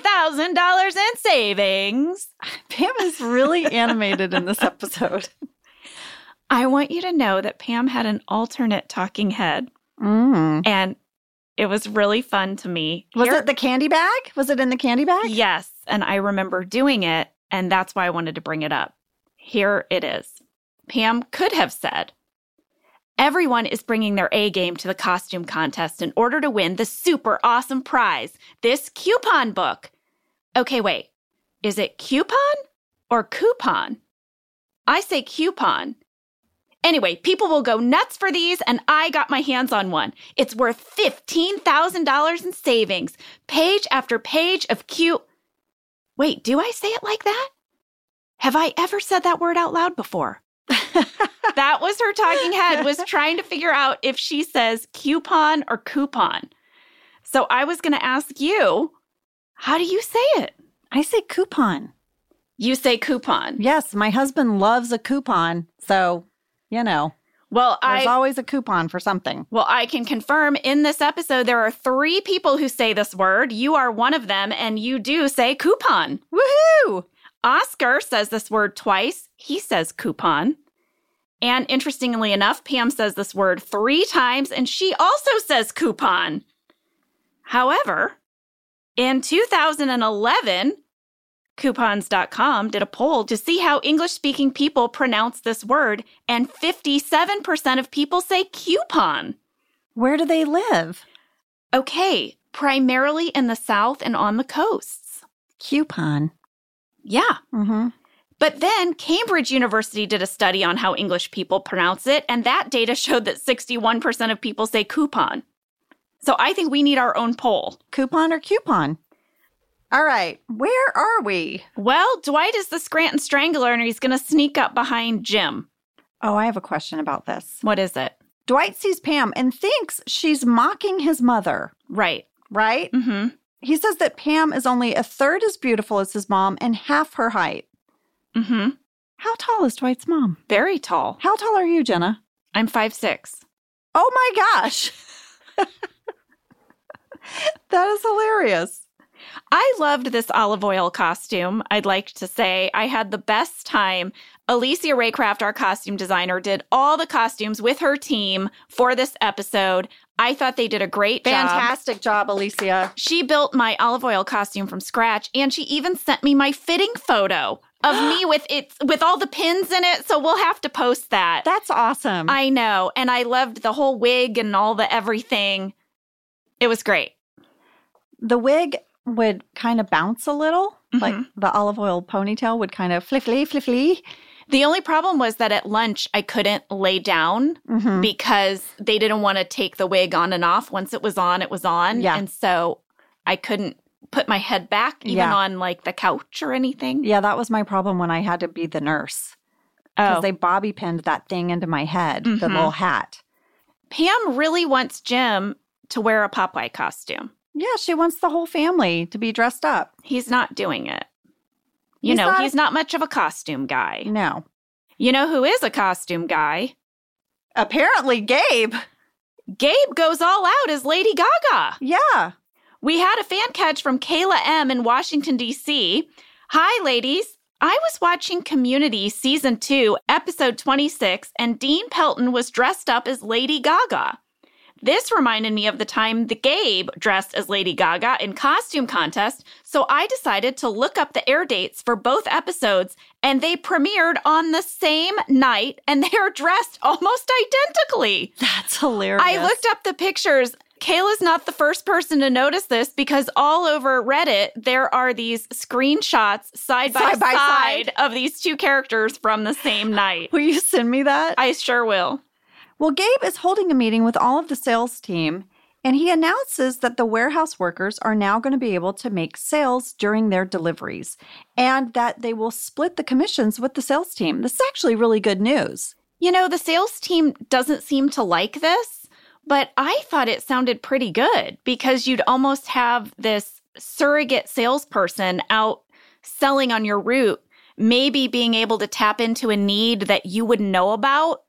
A: $15,000 in savings.
B: Pam is really animated in this episode.
A: I want you to know that Pam had an alternate talking head.
B: Mm.
A: and it was really fun to me.
B: Was
A: Here-
B: it the candy bag? Was it in the candy bag?
A: Yes, and I remember doing it, and that's why I wanted to bring it up. Here it is. Pam could have said, Everyone is bringing their A game to the costume contest in order to win the super awesome prize this coupon book. Okay, wait. Is it coupon or coupon? I say coupon. Anyway, people will go nuts for these, and I got my hands on one. It's worth $15,000 in savings, page after page of cute. Wait, do I say it like that? Have I ever said that word out loud before? that was her talking head was trying to figure out if she says coupon or coupon. So I was going to ask you, how do you say it?
B: I say coupon.
A: You say coupon.
B: Yes, my husband loves a coupon. So, you know,
A: Well,
B: there's
A: I
B: always a coupon for something.
A: well, I can confirm in this episode there are 3 people who say this word. You are one of them and you do say coupon.
B: Woohoo!
A: Oscar says this word twice. He says coupon. And interestingly enough, Pam says this word three times and she also says coupon. However, in 2011, coupons.com did a poll to see how English speaking people pronounce this word, and 57% of people say coupon.
B: Where do they live?
A: Okay, primarily in the South and on the coasts.
B: Coupon.
A: Yeah.
B: Mm-hmm.
A: But then Cambridge University did a study on how English people pronounce it, and that data showed that 61% of people say coupon. So I think we need our own poll.
B: Coupon or coupon? All right, where are we?
A: Well, Dwight is the Scranton Strangler, and he's going to sneak up behind Jim.
B: Oh, I have a question about this.
A: What is it?
B: Dwight sees Pam and thinks she's mocking his mother,
A: Right.
B: right?
A: Mm-hmm.
B: He says that Pam is only a third as beautiful as his mom and half her height.
A: Mm-hmm.
B: How tall is Dwight's mom?
A: Very tall.
B: How tall are you, Jenna?
A: I'm five six.
B: Oh my gosh. that is hilarious.
A: I loved this olive oil costume. I'd like to say I had the best time. Alicia Raycraft, our costume designer, did all the costumes with her team for this episode. I thought they did a great job.
B: Fantastic job, Alicia.
A: She built my olive oil costume from scratch, and she even sent me my fitting photo of me with it with all the pins in it. So we'll have to post that.
B: That's awesome.
A: I know, and I loved the whole wig and all the everything. It was great.
B: the wig would kind of bounce a little, like the olive oil ponytail would kind of fliffly, fliffly.
A: The only problem was that at lunch I couldn't lay down
B: Mm-hmm.
A: because they didn't want to take the wig on and off. Once it was on, it was on.
B: Yeah.
A: And so I couldn't put my head back even
B: Yeah.
A: on like the couch or anything.
B: Yeah, that was my problem when I had to be the nurse because
A: Oh.
B: they bobby pinned that thing into my head, the
A: Mhm.
B: little hat.
A: Pam really wants Jim to wear a Popeye costume.
B: Yeah, she wants the whole family to be dressed up.
A: He's not doing it. You
B: He's
A: know,
B: not a-
A: he's not much of a costume guy.
B: No.
A: You know who is a costume guy?
B: Apparently, Gabe.
A: Gabe goes all out as Lady Gaga.
B: Yeah.
A: We had a fan catch from Kayla M. in Washington, D.C. Hi, ladies. I was watching Community Season 2, Episode 26, and Dean Pelton was dressed up as Lady Gaga. This reminded me of the time the Gabe dressed as Lady Gaga in costume contest, so I decided to look up the air dates for both episodes, and they premiered on the same night, and they are dressed almost identically.
B: That's hilarious.
A: I looked up the pictures. Kayla's not the first person to notice this because all over Reddit, there are these screenshots side by side,
B: Side by side.
A: of these two characters from the same night.
B: Will you send me that?
A: I sure will.
B: Well, Gabe is holding a meeting with all of the sales team, and he announces that the warehouse workers are now going to be able to make sales during their deliveries and that they will split the commissions with the sales team. This is actually really good news.
A: You know, the sales team doesn't seem to like this, but I thought it sounded pretty good because you'd almost have this surrogate salesperson out selling on your route, maybe being able to tap into a need that you wouldn't know about.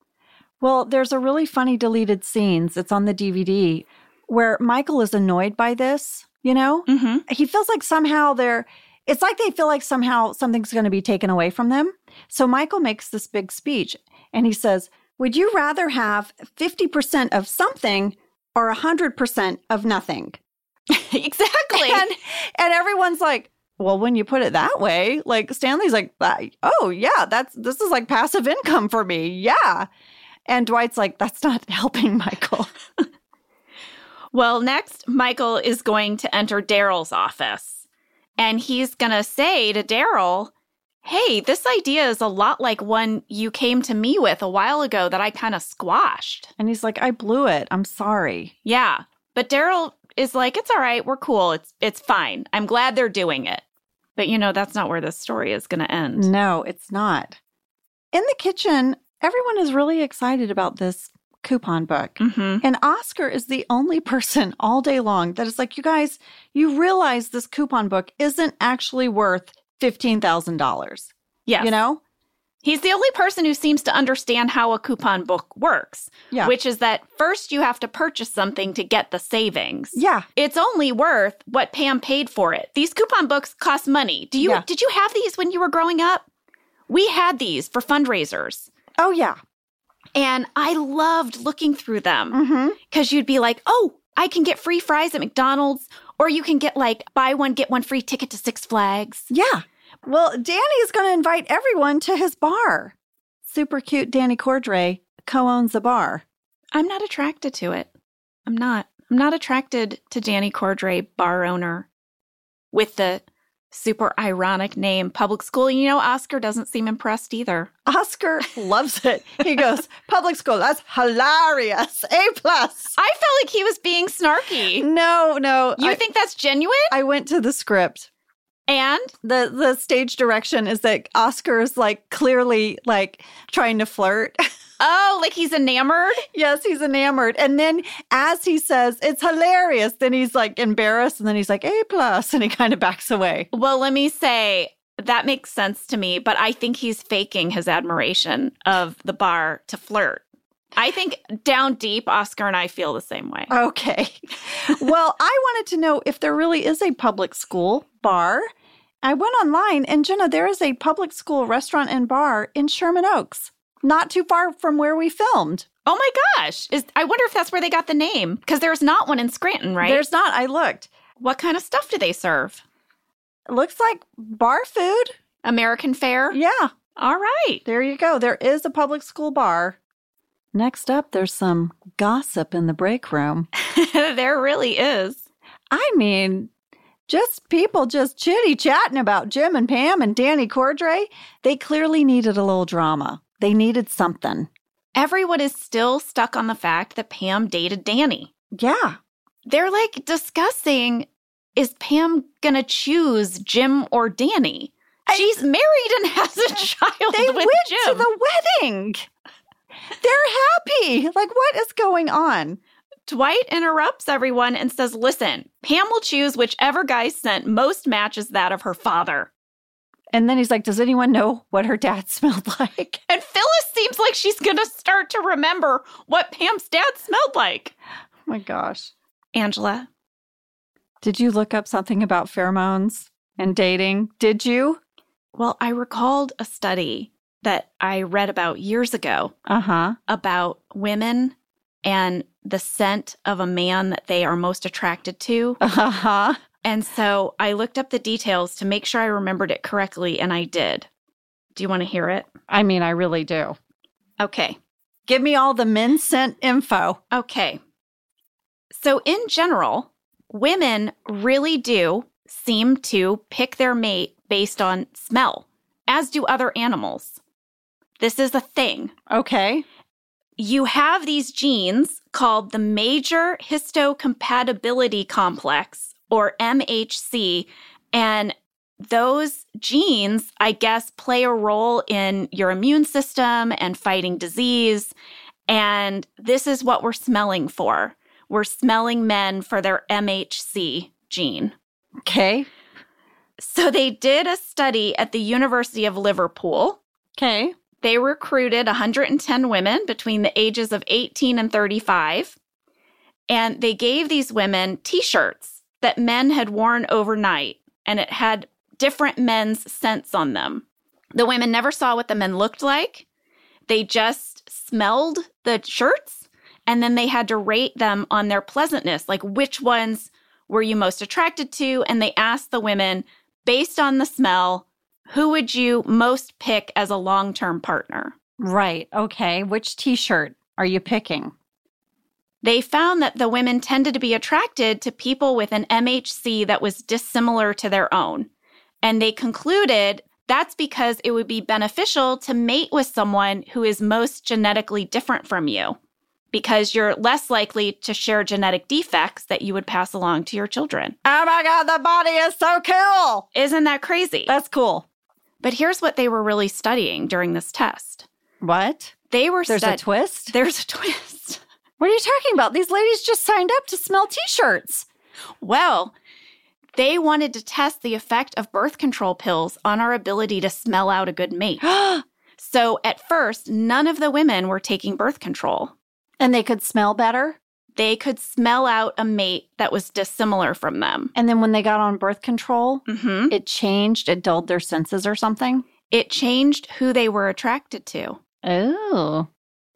B: Well, there's a really funny deleted scenes. It's on the DVD where Michael is annoyed by this, you know?
A: Mm-hmm.
B: he feels like somehow they're it's like they feel like somehow something's going to be taken away from them. So Michael makes this big speech and he says, "Would you rather have 50% of something or 100% of nothing?"
A: Exactly.
B: And and everyone's like, "Well, when you put it that way, like Stanley's like, "That- "Oh, yeah, that's this is like passive income for me." Yeah. And Dwight's like, "That's not helping, Michael."
A: well, next, Michael is going to enter Daryl's office and he's going to say to Daryl, hey, this idea is a lot like one you came to me with a while ago that I kind of squashed.
B: And he's like, I blew it. I'm sorry.
A: Yeah. But Daryl is like, it's all right, we're cool. It's it's fine. I'm glad they're doing it. But you know, that's not where this story is gonna end.
B: No, it's not. In the kitchen, everyone is really excited about this coupon book.
A: Mm-hmm.
B: And Oscar is the only person all day long that is like, you guys, you realize this coupon book isn't actually worth $15,000.
A: Yes.
B: You know?
A: He's the only person who seems to understand how a coupon book works,
B: Yeah.
A: which is that first you have to purchase something to get the savings.
B: Yeah.
A: It's only worth what Pam paid for it. These coupon books cost money. Do you
B: Yeah.
A: did you have these when you were growing up? We had these for fundraisers.
B: Oh, yeah.
A: And I loved looking through them
B: Mm-hmm.
A: because you'd be like, oh, I can get free fries at McDonald's, or you can get like buy one, get one free ticket to Six Flags.
B: Yeah. Well, Danny is going to invite everyone to his bar. Super cute Danny Cordray co owns the bar.
A: I'm not attracted to it. I'm not. I'm not attracted to Danny Cordray, bar owner, with the super ironic name public school. You know, Oscar doesn't seem impressed either.
B: Oscar loves it. He goes, public school, that's hilarious. A plus.
A: I felt like he was being snarky.
B: No, no.
A: You
B: I,
A: think that's genuine?
B: I went to the script.
A: And
B: The the stage direction is that Oscar is like clearly like trying to flirt.
A: oh, like he's enamored.
B: yes, he's enamored. And then as he says, it's hilarious, then he's like embarrassed and then he's like, A plus, and he kind of backs away.
A: Well, let me say that makes sense to me, but I think he's faking his admiration of the bar to flirt. I think down deep, Oscar and I feel the same way.
B: Okay. well, I wanted to know if there really is a public school bar. I went online and Jenna, there is a public school restaurant and bar in Sherman Oaks, not too far from where we filmed.
A: Oh my gosh. Is I wonder if that's where they got the name because there's not one in Scranton, right?
B: There's not, I looked.
A: what kind of stuff do they serve?
B: Looks like bar food.
A: American fare?
B: Yeah,
A: All right.
B: there you go. There is a public school bar. Next up, there's some gossip in the break room.
A: there really is.
B: I mean, just people just chitty chatting about Jim and Pam and Danny Cordray. They clearly needed a little drama. They needed something.
A: Everyone is still stuck on the fact that Pam dated Danny.
B: Yeah.
A: They're like discussing is Pam going to choose Jim or Danny? She's married and has a child
B: They
A: with
B: went to
A: Jim.
B: the wedding. They're happy. Like, what is going on?
A: Dwight interrupts everyone and says, "Listen, Pam will choose whichever guy sent most matches that of her father."
B: And then he's like, Does anyone know what her dad smelled like?
A: And Phyllis seems like she's going to start to remember what Pam's dad smelled like.
B: Oh my gosh.
A: Angela,
B: Did you look up something about pheromones and dating? Did you?
A: well, I recalled a study that I read about years ago
B: Uh huh.
A: about women and the scent of a man that they are most attracted to.
B: Uh huh.
A: And so I looked up the details to make sure I remembered it correctly, and I did. Do you want to hear it?
B: I mean, I really do.
A: Okay.
B: Give me all the men sent info.
A: Okay. So, in general, women really do seem to pick their mate based on smell, as do other animals. This is a thing.
B: Okay.
A: You have these genes called the major histocompatibility complex, or MHC, and those genes, I guess, play a role in your immune system and fighting disease. And this is what we're smelling for. We're smelling men for their MHC gene.
B: Okay.
A: So they did a study at the University of Liverpool.
B: Okay.
A: They recruited 110 women between the ages of 18 and 35. And they gave these women t shirts that men had worn overnight, and it had different men's scents on them. The women never saw what the men looked like, they just smelled the shirts, and then they had to rate them on their pleasantness like, which ones were you most attracted to? And they asked the women, based on the smell, who would you most pick as a long term partner?
B: Right. Okay. Which t shirt are you picking?
A: They found that the women tended to be attracted to people with an MHC that was dissimilar to their own. And they concluded That's because it would be beneficial to mate with someone who is most genetically different from you, because you're less likely to share genetic defects that you would pass along to your children.
B: Oh my God, the body is so cool.
A: Isn't that crazy?
B: That's cool.
A: but here's what they were really studying during this test.
B: What?
A: They were
B: There's a
A: stud-
B: twist?
A: There's a twist.
B: What are you talking about? These ladies just signed up to smell t shirts.
A: Well, they wanted to test the effect of birth control pills on our ability to smell out a good mate.
B: and
A: So at first, none of the women were taking birth control.
B: they could smell better.
A: They could smell out a mate that was dissimilar from them.
B: And then when they got on birth control,
A: hmm
B: it changed, it dulled their senses or something.
A: It changed who they were attracted to.
B: Oh.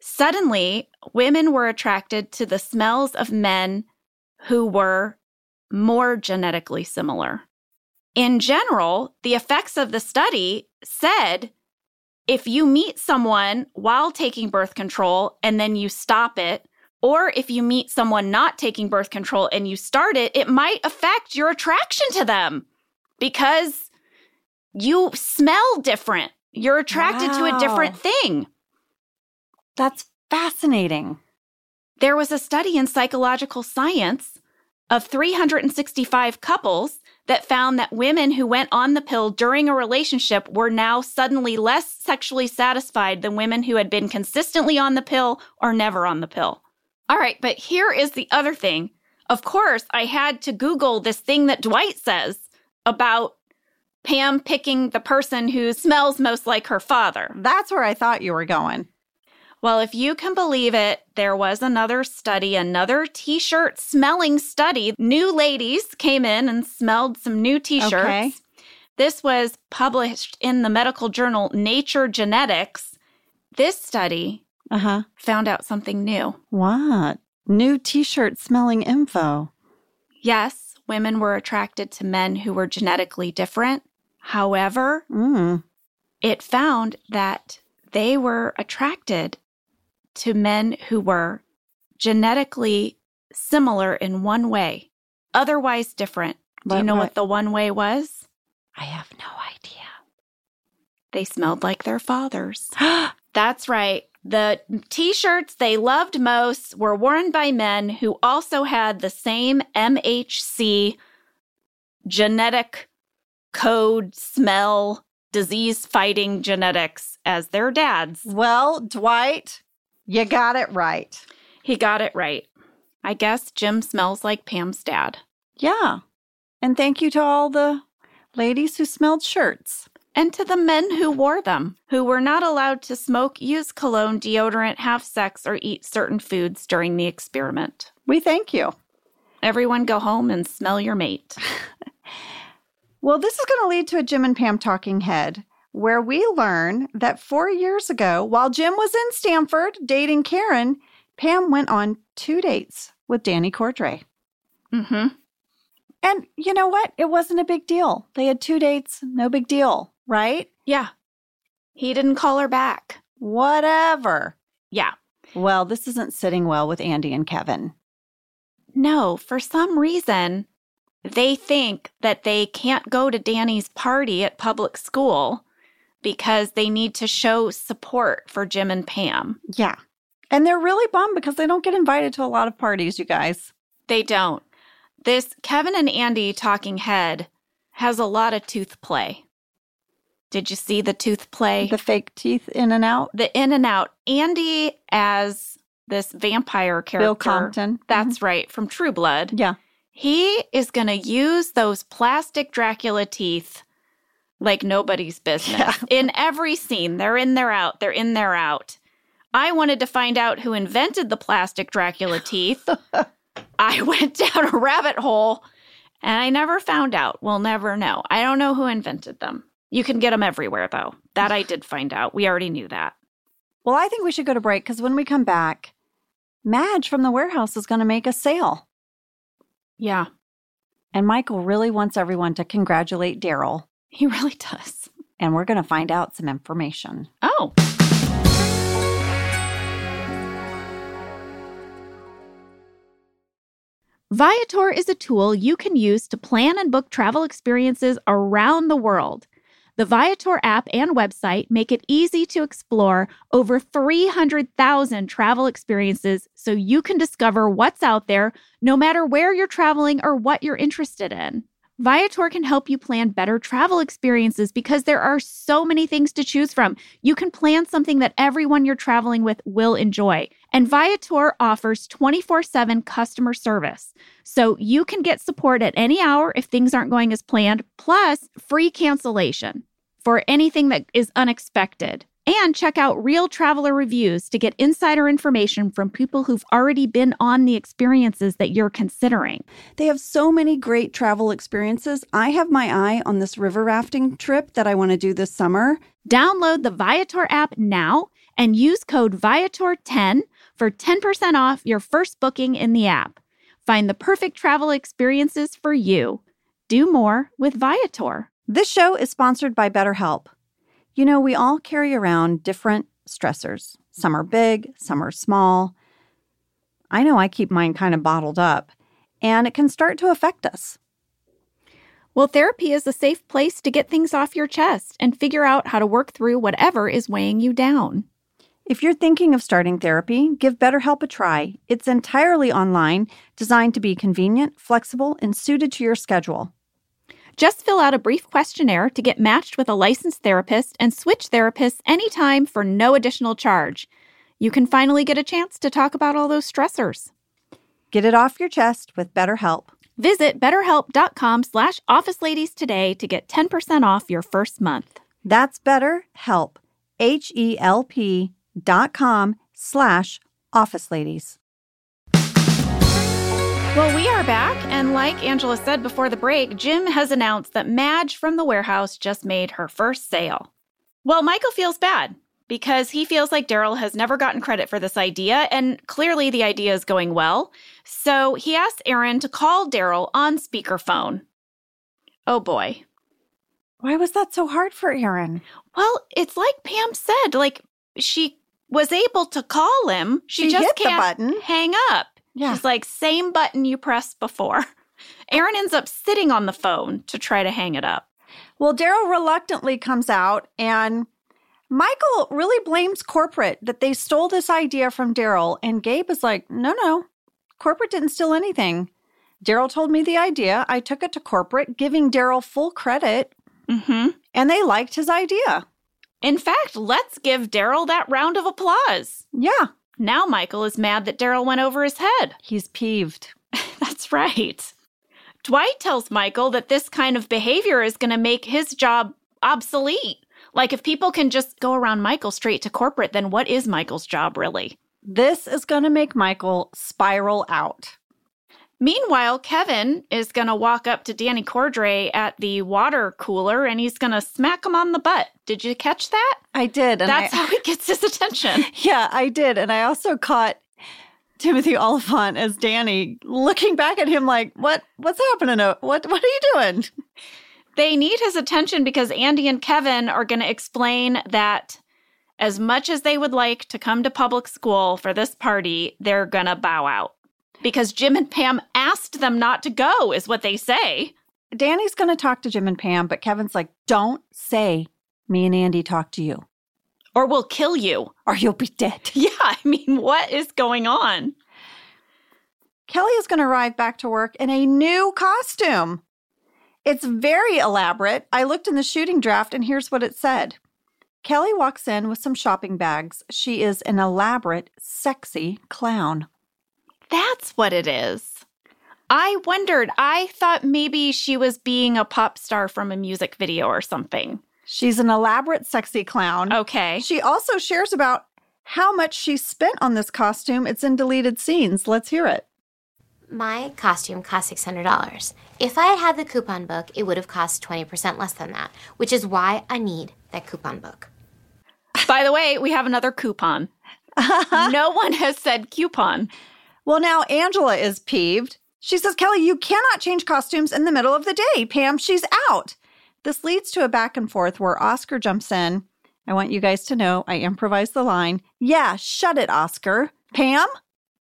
A: Suddenly, women were attracted to the smells of men who were more genetically similar. In general, the effects of the study said if you meet someone while taking birth control and then you stop it, or if you meet someone not taking birth control and you start it, it might affect your attraction to them because you smell different. You're attracted to a
B: Wow.
A: different thing.
B: That's fascinating.
A: There was a study in psychological science of 365 couples that found that women who went on the pill during a relationship were now suddenly less sexually satisfied than women who had been consistently on the pill or never on the pill. All right, but here is the other thing. Of course, I had to Google this thing that Dwight says about Pam picking the person who smells most like her father.
B: That's where I thought you were going.
A: Well, if you can believe it, there was another study, another t shirt smelling study. New ladies came in and smelled some new t shirts.
B: Okay.
A: This was published in the medical journal Nature Genetics. This study
B: Uh huh.
A: found out something new.
B: What? New t shirt smelling info.
A: Yes, women were attracted to men who were genetically different. However,
B: Mm.
A: it found that they were attracted to men who were genetically similar in one way, otherwise different. Do you know what the one way was?
B: I have no idea.
A: They smelled like their fathers. That's right. The t shirts they loved most were worn by men who also had the same MHC genetic code, smell, disease fighting genetics as their dads.
B: well, Dwight, you got it right.
A: He got it right. I guess Jim smells like Pam's dad.
B: Yeah. And thank you to all the ladies who smelled shirts.
A: And to the men who wore them, who were not allowed to smoke, use cologne, deodorant, have sex, or eat certain foods during the experiment.
B: We thank you.
A: Everyone go home and smell your mate.
B: Well, this is going to lead to a Jim and Pam talking head where we learn that four years ago, while Jim was in Stanford dating Karen, Pam went on two dates with Danny Cordray.
A: hmm
B: And you know what? It wasn't a big deal. They had two dates, no big deal, right?
A: Yeah. He didn't call her back.
B: Whatever.
A: Yeah.
B: Well, this isn't sitting well with Andy and Kevin.
A: No, for some reason, they think that they can't go to Danny's party at public school because they need to show support for Jim and Pam.
B: Yeah. And they're really bummed because they don't get invited to a lot of parties, you guys.
A: They don't. This Kevin and Andy talking head has a lot of tooth play. Did you see the tooth play?
B: the fake teeth in and out.
A: the in and out. Andy as this vampire character.
B: Bill Compton.
A: That's right, from True Blood.
B: Mhm. yeah.
A: He is going to use those plastic Dracula teeth like nobody's business.
B: Yeah.
A: In every scene, they're in, they're out, they're in, they're out. I wanted to find out who invented the plastic Dracula teeth. I went down a rabbit hole and I never found out. We'll never know. I don't know who invented them. You can get them everywhere, though. That I did find out. We already knew that.
B: Well, I think we should go to break because when we come back, Madge from the warehouse is going to make a sale,
A: Yeah,
B: and Michael really wants everyone to congratulate Daryl,
A: he really does.
B: and we're going to find out some information.
A: Oh. Viator is a tool you can use to plan and book travel experiences around the world. The Viator app and website make it easy to explore over 300,000 travel experiences so you can discover what's out there no matter where you're traveling or what you're interested in. Viator can help you plan better travel experiences because there are so many things to choose from. You can plan something that everyone you're traveling with will enjoy. And Viator offers 24 7 customer service. So you can get support at any hour if things aren't going as planned, plus free cancellation for anything that is unexpected. And check out real traveler reviews to get insider information from people who've already been on the experiences that you're considering.
B: They have so many great travel experiences. I have my eye on this river rafting trip that I want to do this summer.
A: Download the Viator app now and use code Viator10 for 10% off your first booking in the app. Find the perfect travel experiences for you. Do more with Viator.
B: This show is sponsored by BetterHelp. You know, we all carry around different stressors. Some are big, some are small. I know I keep mine kind of bottled up, and it can start to affect us.
A: Well, therapy is a safe place to get things off your chest and figure out how to work through whatever is weighing you down.
B: If you're thinking of starting therapy, give BetterHelp a try. It's entirely online, designed to be convenient, flexible, and suited to your schedule.
A: Just fill out a brief questionnaire to get matched with a licensed therapist and switch therapists anytime for no additional charge. You can finally get a chance to talk about all those stressors.
B: Get it off your chest with BetterHelp.
A: Visit betterhelp.com slash officeladies today to get 10% off your first month.
B: That's BetterHelp, H-E-L-P dot com slash officeladies.
A: Well, we are back, and like Angela said before the break, Jim has announced that Madge from the warehouse just made her first sale. Well, Michael feels bad because he feels like Daryl has never gotten credit for this idea, and clearly the idea is going well. So he asks Aaron to call Daryl on speakerphone. Oh boy.
B: Why was that so hard for Aaron?
A: Well, it's like Pam said, like she was able to call him. She,
B: She
A: just
B: hit the
A: can't
B: button.
A: hang up.
B: Yeah.
A: She's like, same button you pressed before. Aaron ends up sitting on the phone to try to hang it up.
B: Well, Daryl reluctantly comes out, and Michael really blames corporate that they stole this idea from Daryl. And Gabe is like, no, no, corporate didn't steal anything. Daryl told me the idea. I took it to corporate, giving Daryl full credit,
A: hmm
B: and they liked his idea.
A: In fact, let's give Daryl that round of applause.
B: Yeah,
A: Now Michael is mad that Daryl went over his head.
B: he's peeved.
A: That's right. Dwight tells Michael that this kind of behavior is going to make his job obsolete. Like, if people can just go around Michael straight to corporate, then what is Michael's job really?
B: This is going to make Michael spiral out.
A: Meanwhile, Kevin is going to walk up to Danny Cordray at the water cooler and he's going to smack him on the butt. Did you catch that?
B: I did. And
A: That's
B: I,
A: how he gets his attention.
B: yeah, I did. And I also caught Timothy Oliphant as Danny looking back at him like, what, what's happening? o- What, what are you doing?
A: they need his attention because Andy and Kevin are going to explain that as much as they would like to come to public school for this party, they're going to bow out. Because Jim and Pam asked them not to go, is what they say.
B: Danny's going to talk to Jim and Pam, but Kevin's like, don't say me and Andy talk to you
A: Or we'll kill you.
B: or you'll be dead.
A: Yeah, I mean, what is going on?
B: Kelly is going to arrive back to work in a new costume. It's very elaborate. I looked in the shooting draft and here's what it said Kelly walks in with some shopping bags. She is an elaborate, sexy clown.
A: That's what it is. I wondered. I thought maybe she was being a pop star from a music video or something.
B: She's an elaborate, sexy clown.
A: Okay.
B: She also shares about how much she spent on this costume. It's in deleted scenes. Let's hear it.
D: My costume cost $600. If I had the coupon book, it would have cost 20% less than that, which is why I need that coupon book.
A: By the way, we have another coupon. no one has said coupon.
B: Well, now Angela is peeved. She says, Kelly, you cannot change costumes in the middle of the day. Pam, she's out. This leads to a back and forth where Oscar jumps in. I want you guys to know I improvised the line. Yeah, shut it, Oscar. Pam?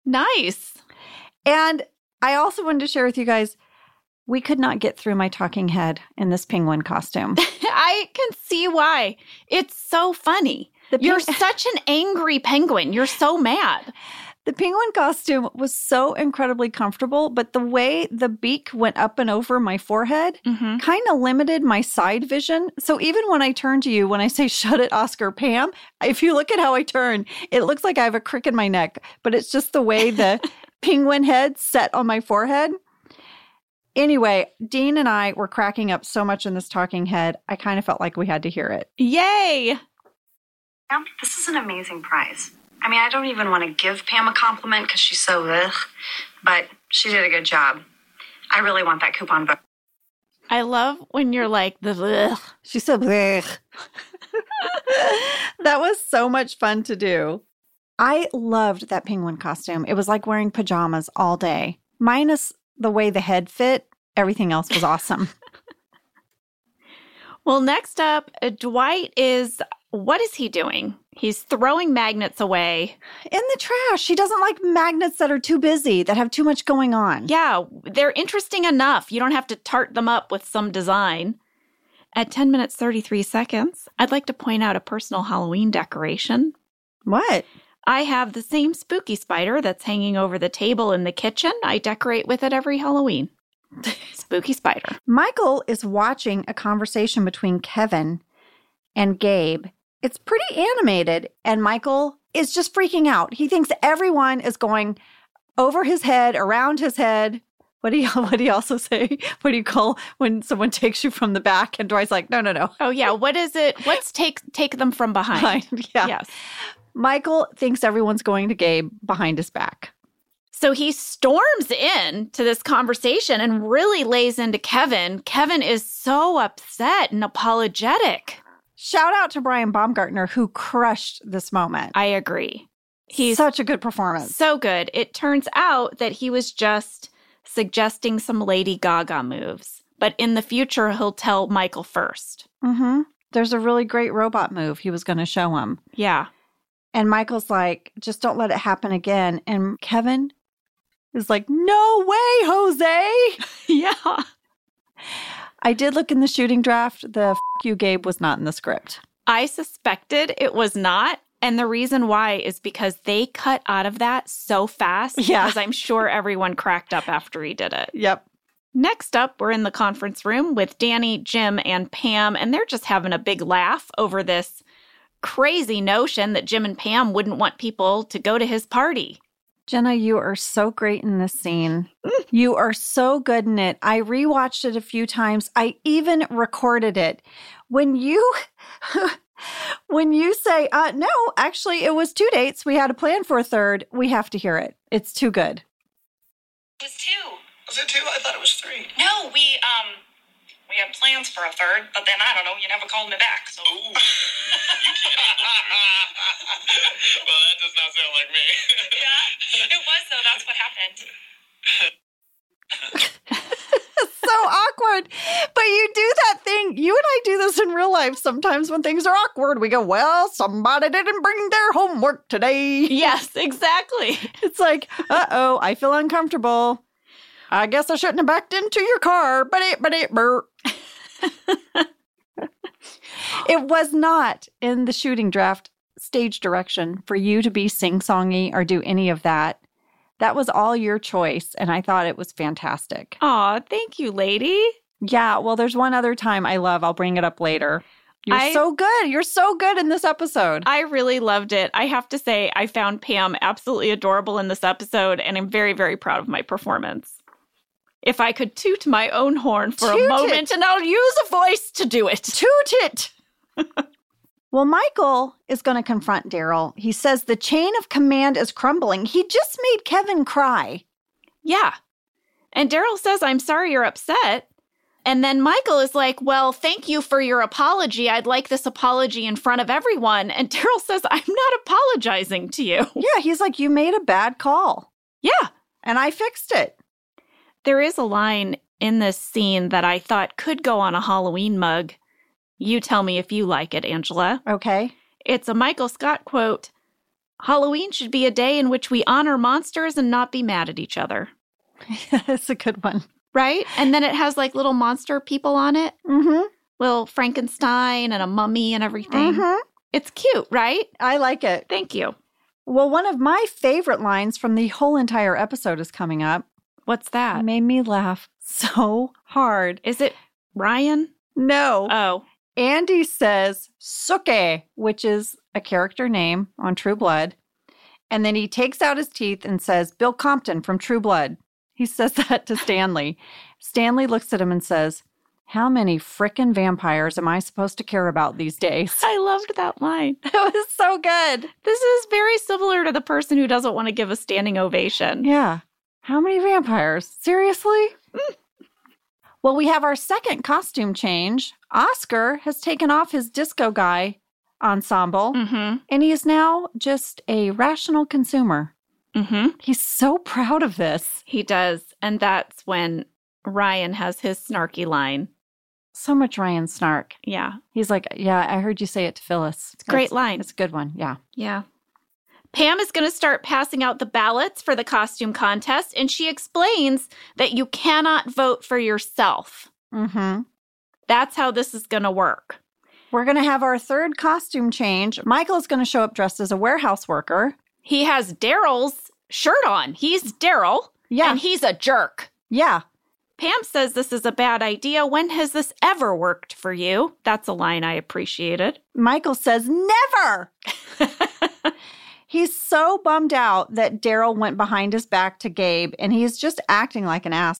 A: Nice.
B: And I also wanted to share with you guys We could not get through my talking head in this penguin costume.
A: I can see why. It's so funny.
B: The
A: You're
B: peng-
A: such an angry penguin. You're so mad.
B: The penguin costume was so incredibly comfortable, but the way the beak went up and over my forehead
A: Mm-hmm.
B: kind of limited my side vision. So even when I turn to you, when I say, shut it, Oscar Pam, if you look at how I turn, it looks like I have a crick in my neck, but it's just the way the penguin head set on my forehead. Anyway, Dean and I were cracking up so much in this talking head, I kind of felt like we had to hear it.
A: Yay.
E: Pam, this is an amazing prize. I mean, I don't even want to give Pam a compliment because she's so ugh, but she did a good job. I really want that coupon book.
A: I love when you're like the ugh.
B: She said, "Blech." that was so much fun to do. I loved that penguin costume. It was like wearing pajamas all day, minus the way the head fit. Everything else was awesome.
A: Well, next up, uh, Dwight is what is he doing? He's throwing magnets away.
B: In the trash. She doesn't like magnets that are too busy, that have too much going on.
A: Yeah, they're interesting enough. You don't have to tart them up with some design. At 10 minutes 33 seconds, I'd like to point out a personal Halloween decoration.
B: What?
A: I have the same spooky spider that's hanging over the table in the kitchen. I decorate with it every Halloween. spooky spider.
B: Michael is watching a conversation between Kevin and Gabe. It's pretty animated, and Michael is just freaking out. He thinks everyone is going over his head, around his head. What do you what do you also say? What do you call when someone takes you from the back? And Dwight's like, no, no, no.
A: Oh yeah, what is it? What's take take them from behind?
B: yeah.
A: Yes.
B: Michael thinks everyone's going to Gabe behind his back.
A: So he storms in to this conversation and really lays into Kevin. Kevin is so upset and apologetic.
B: Shout out to Brian Baumgartner, who crushed this moment.
A: I agree. He's
B: Such a good performance.
A: so good. It turns out that he was just suggesting some Lady Gaga moves, but in the future, he'll tell Michael first.
B: Mm-hmm. There's a really great robot move he was going to show him.
A: Yeah.
B: And Michael's like, just don't let it happen again. And Kevin is like, no way, Jose.
A: Yeah.
B: I did look in the shooting draft. The F you, Gabe, was not in the script.
A: I suspected it was not. And the reason why is because they cut out of that so fast.
B: Yeah.
A: Because I'm sure everyone cracked up after he did it.
B: Yep.
A: Next up, we're in the conference room with Danny, Jim, and Pam, and they're just having a big laugh over this crazy notion that Jim and Pam wouldn't want people to go to his party.
B: Jenna, you are so great in this scene. you are so good in it. I rewatched it a few times. I even recorded it. When you when you say, uh no, actually it was two dates. We had a plan for a third. We have to hear it. It's too good.
F: It was two.
G: Was it two? I thought it was three.
F: No, we um we had plans for a third, but then I don't know, you never called me back. So
G: Ooh. you can't. well, that does not sound like me.
F: Yeah. It was though, that's what happened.
B: so awkward. But you do that thing. You and I do this in real life sometimes when things are awkward. We go, well, somebody didn't bring their homework today.
A: Yes, exactly.
B: It's like, uh oh, I feel uncomfortable. I guess I shouldn't have backed into your car. But it, but it, burr. it was not in the shooting draft stage direction for you to be sing songy or do any of that. That was all your choice. And I thought it was fantastic.
A: Aw, thank you, lady.
B: Yeah, well, there's one other time I love. I'll bring it up later. You're
A: I-
B: so good. You're so good in this episode.
A: I really loved it. I have to say, I found Pam absolutely adorable in this episode, and I'm very, very proud of my performance. If I could toot my own horn for
B: Toot
A: a
B: it.
A: moment, and I'll use a voice to do it.
B: Toot it. well, Michael is going to confront Daryl. He says the chain of command is crumbling. He just made Kevin cry.
A: Yeah. And Daryl says, I'm sorry you're upset. And then Michael is like, Well, thank you for your apology. I'd like this apology in front of everyone. And Daryl says, I'm not apologizing to you.
B: Yeah, he's like, You made a bad call
A: Yeah.
B: and I fixed it.
A: There is a line in this scene that I thought could go on a Halloween mug. You tell me if you like it, Angela.
B: Okay.
A: It's a Michael Scott quote Halloween should be a day in which we honor monsters and not be mad at each other.
B: That's a good one.
A: right? And then it has like little monster people on it,
B: Mm-hmm.
A: little Frankenstein and a mummy and everything.
B: Mhm.
A: It's cute, right?
B: I like it.
A: Thank you.
B: Well, one of my favorite lines from the whole entire episode is coming up.
A: What's
B: It
A: that?
B: made me laugh so hard.
A: Is it Ryan?
B: No.
A: Oh,
B: Andy says Suke, which is a character name on True Blood. And then he takes out his teeth and says, Bill Compton from True Blood. He says that to Stanley. Stanley looks at him and says, How many frickin' vampires am I supposed to care about these days?
A: I loved that line.
B: That was so good.
A: This is very similar to the person who doesn't want to give a standing ovation.
B: Yeah. How many vampires? Seriously? well, we have our second costume change. Oscar has taken off his disco guy ensemble.
A: Mm
B: And he is now just a rational consumer.
A: hmm. Mm hmm.
B: He's so proud of this.
A: He does. And that's when Ryan has his snarky line.
B: So much Ryan snark.
A: Yeah.
B: He's like, Yeah, I heard you say it to Phyllis. It's
A: Great line.
B: It's a good one. Yeah.
A: Yeah. Pam is going to start passing out the ballots for the costume contest, and she explains that you cannot vote for yourself.
B: Mm-hmm.
A: That's how this is going to work.
B: We're going to have our third costume change. Michael is going to show up dressed as a warehouse worker.
A: He has Daryl's shirt on. He's Daryl,
B: Yeah.
A: and he's a jerk.
B: yeah.
A: Pam says this is a bad idea. When has this ever worked for you? That's a line I appreciated.
B: Michael says, Never. He's so bummed out that Daryl went behind his back to Gabe and he's just acting like an ass.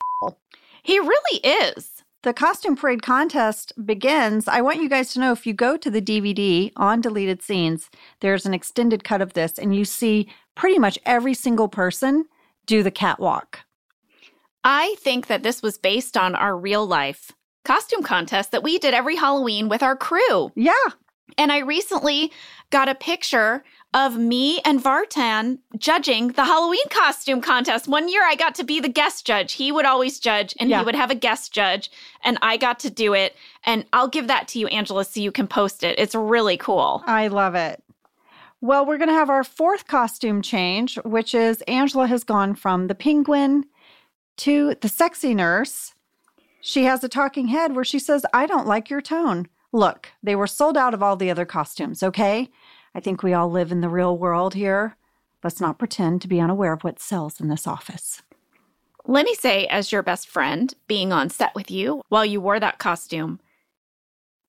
A: he really is.
B: The costume parade contest begins. I want you guys to know if you go to the DVD on deleted scenes, there's an extended cut of this, and you see pretty much every single person do the catwalk.
A: I think that this was based on our real life costume contest that we did every Halloween with our crew.
B: Yeah.
A: And I recently got a picture of me and Vartan judging the Halloween costume contest. One year I got to be the guest judge. He would always judge and
B: Yeah.
A: he would have a guest judge, and I got to do it. And I'll give that to you, Angela, so you can post it. It's really cool.
B: I love it. Well, we're going to have our fourth costume change, which is Angela has gone from the penguin to the sexy nurse. She has a talking head where she says, I don't like your tone. Look, they were sold out of all the other costumes, okay? I think we all live in the real world here. Let's not pretend to be unaware of what sells in this office.
A: Let me say, as your best friend, being on set with you while you wore that costume,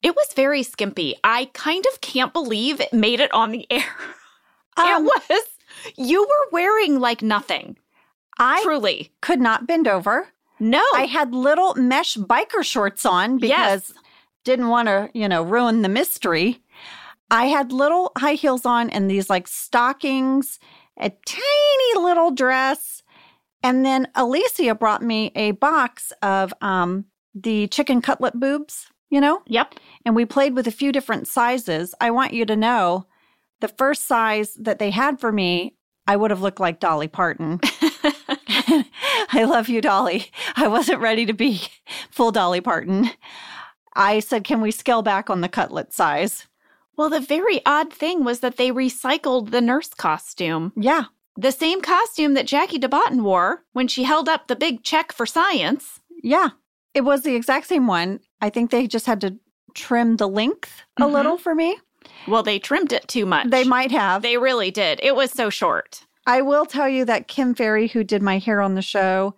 A: it was very skimpy. I kind of can't believe it made it on the air.
B: Um,
A: it was. You were wearing like nothing,
B: I
A: truly.
B: could not bend over.
A: No.
B: I had little mesh biker shorts on because didn't want to, you know, ruin the mystery. I had little high heels on and these like stockings, a tiny little dress. And then Alicia brought me a box of um, the chicken cutlet boobs, you know,
A: yep.
B: and we played with a few different sizes. I want you to know the first size that they had for me, I would have looked like Dolly Parton. I love you, Dolly. I wasn't ready to be full Dolly Parton. I said, Can we scale back on the cutlet size?
A: Well, the very odd thing was that they recycled the nurse costume,
B: Yeah.
A: the same costume that Jackie DeBotton wore when she held up the big check for science.
B: Yeah. It was the exact same one. I think they just had to trim the length a
A: Mhm.
B: little for me.
A: Well, they trimmed it too much.
B: They might have.
A: They really did. It was so short.
B: I will tell you that Kim Ferry, who did my hair on the show,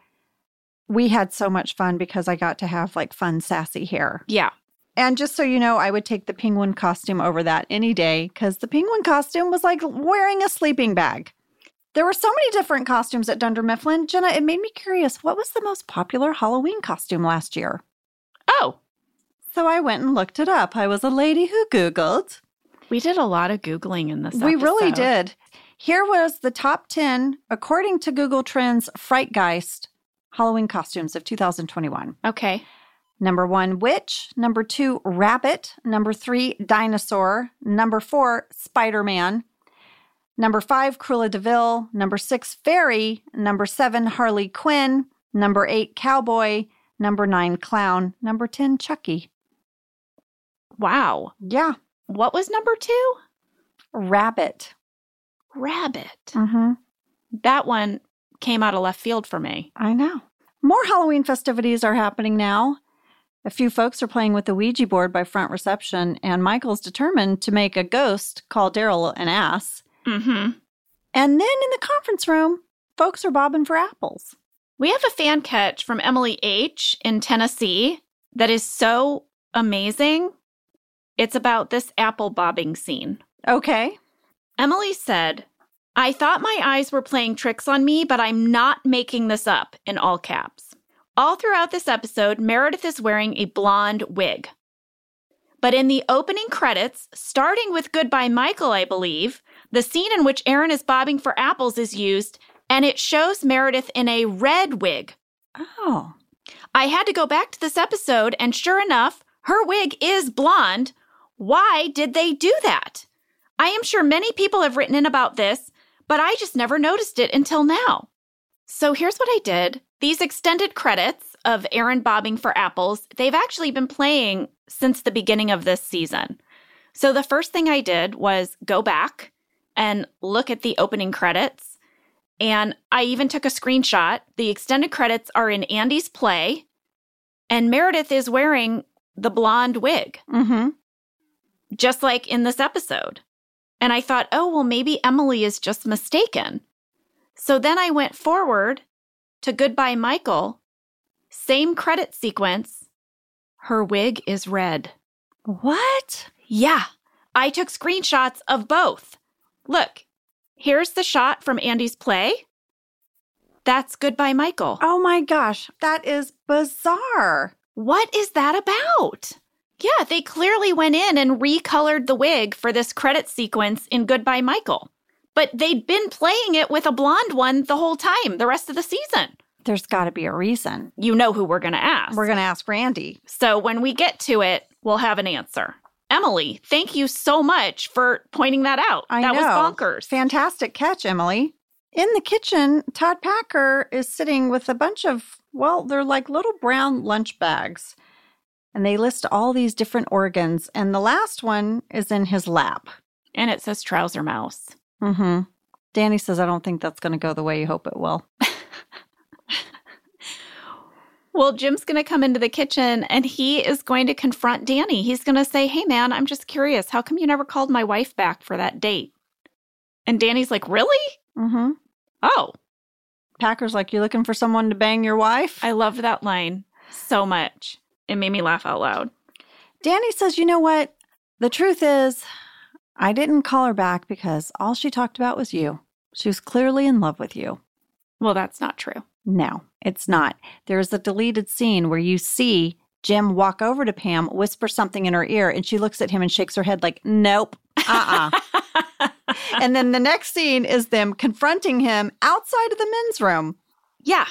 B: we had so much fun because I got to have like fun, sassy hair.
A: Yeah.
B: And just so you know, I would take the penguin costume over that any day because the penguin costume was like wearing a sleeping bag. There were so many different costumes at Dunder Mifflin. Jenna, it made me curious what was the most popular Halloween costume last year?
A: Oh,
B: So I went and looked it up. I was a lady who Googled.
A: we did a lot of Googling in this
B: We really
A: episode.
B: did. Here was the top 10, according to Google Trends, Frightgeist Halloween costumes of 2021.
A: Okay.
B: Number one, witch. Number two, rabbit. Number three, dinosaur. Number four, Spider Man. Number five, Cruella DeVille. Number six, fairy. Number seven, Harley Quinn. Number eight, cowboy. Number nine, clown. Number 10, Chucky.
A: Wow.
B: Yeah,
A: What was number two?
B: rabbit.
A: Rabbit.
B: Mm hmm.
A: That one came out of left field for me.
B: I know. More Halloween festivities are happening now. A few folks are playing with the Ouija board by front reception, and Michael's determined to make a ghost call Daryl an ass.
A: Mm-hmm.
B: And then in the conference room, folks are bobbing for apples.
A: We have a fan catch from Emily H. in Tennessee that is so amazing. It's about this apple bobbing scene.
B: Okay.
A: Emily said, I thought my eyes were playing tricks on me, but I'm not making this up in all caps. All throughout this episode, Meredith is wearing a blonde wig. But in the opening credits, starting with Goodbye Michael, I believe, the scene in which Aaron is bobbing for apples is used, and it shows Meredith in a red wig.
B: Oh.
A: I had to go back to this episode, and sure enough, her wig is blonde. Why did they do that? I am sure many people have written in about this, but I just never noticed it until now. So here's what I did these extended credits of Aaron bobbing for apples, they've actually been playing since the beginning of this season. So the first thing I did was go back and look at the opening credits. And I even took a screenshot. The extended credits are in Andy's play, and Meredith is wearing the blonde wig,
B: Mm-hmm.
A: just like in this episode. And I thought, oh, well, maybe Emily is just mistaken. So then I went forward to Goodbye, Michael, same credit sequence. Her wig is red.
B: What?
A: Yeah, I took screenshots of both. Look, here's the shot from Andy's play. That's Goodbye, Michael.
B: Oh my gosh, that is bizarre.
A: What is that about? Yeah, they clearly went in and recolored the wig for this credit sequence in Goodbye Michael. But they'd been playing it with a blonde one the whole time, the rest of the season.
B: There's got to be a reason.
A: You know who we're going to ask.
B: We're going to ask Randy.
A: so when we get to it, we'll have an answer. Emily, thank you so much for pointing that out.
B: I
A: that
B: know.
A: was bonkers.
B: Fantastic catch, Emily. In the kitchen, Todd Packer is sitting with a bunch of, well, they're like little brown lunch bags. And they list all these different organs. And the last one is in his lap.
A: and it says trouser mouse.
B: Mm hmm. Danny says, I don't think that's going to go the way you hope it will.
A: Well, Jim's going to come into the kitchen and he is going to confront Danny. He's going to say, Hey, man, I'm just curious. How come you never called my wife back for that date? And Danny's like, Really?
B: Mm hmm.
A: Oh,
B: Packer's like, You looking for someone to bang your wife?
A: I loved that line so much. It made me laugh out loud.
B: Danny says, You know what? The truth is, I didn't call her back because all she talked about was you. She was clearly in love with you.
A: Well, that's not true.
B: No, it's not. There's a deleted scene where you see Jim walk over to Pam, whisper something in her ear, and she looks at him and shakes her head like, Nope, uh uh and then the next scene is them confronting him outside of the men's room.
A: yeah.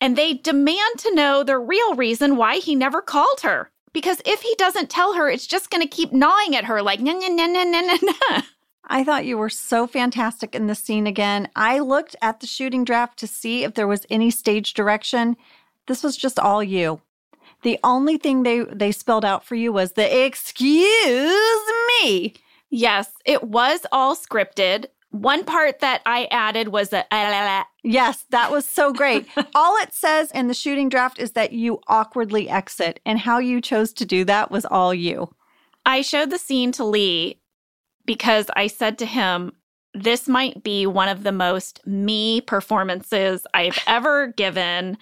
A: And they demand to know the real reason why he never called her. Because if he doesn't tell her, it's just going to keep gnawing at her like, na, na, na, na, na, na, na.
B: I thought you were so fantastic in this scene again. I looked at the shooting draft to see if there was any stage direction. This was just all you. The only thing they they spelled out for you was the excuse me.
A: Yes, it was all scripted. One part that I added was a "Ah, la, la."
B: Yes, that was so great. all it says in the shooting draft is that you awkwardly exit and how you chose to do that was all you.
A: I showed the scene to Lee because I said to him, this might be one of the most me performances I've ever given.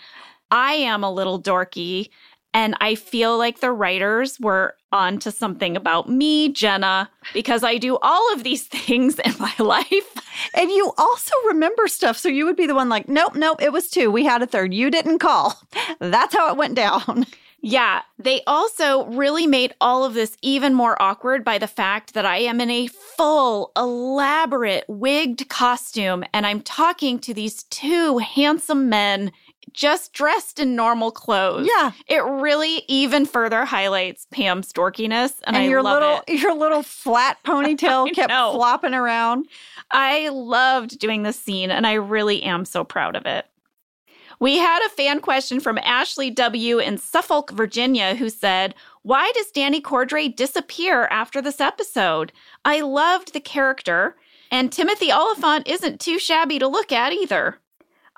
A: I am a little dorky and I feel like the writers were onto something about me, Jenna, because I do all of these things in my life.
B: And you also remember stuff so you would be the one like, "Nope, nope, it was two. We had a third. You didn't call." That's how it went down.
A: Yeah, they also really made all of this even more awkward by the fact that I am in a full, elaborate, wigged costume and I'm talking to these two handsome men just dressed in normal clothes.
B: Yeah.
A: It really even further highlights Pam's dorkiness and,
B: and
A: I
B: your
A: love
B: little
A: it.
B: your little flat ponytail
A: I
B: kept
A: know.
B: flopping around.
A: I loved doing this scene and I really am so proud of it. We had a fan question from Ashley W. in Suffolk, Virginia, who said, Why does Danny Cordray disappear after this episode? I loved the character, and Timothy Oliphant isn't too shabby to look at either.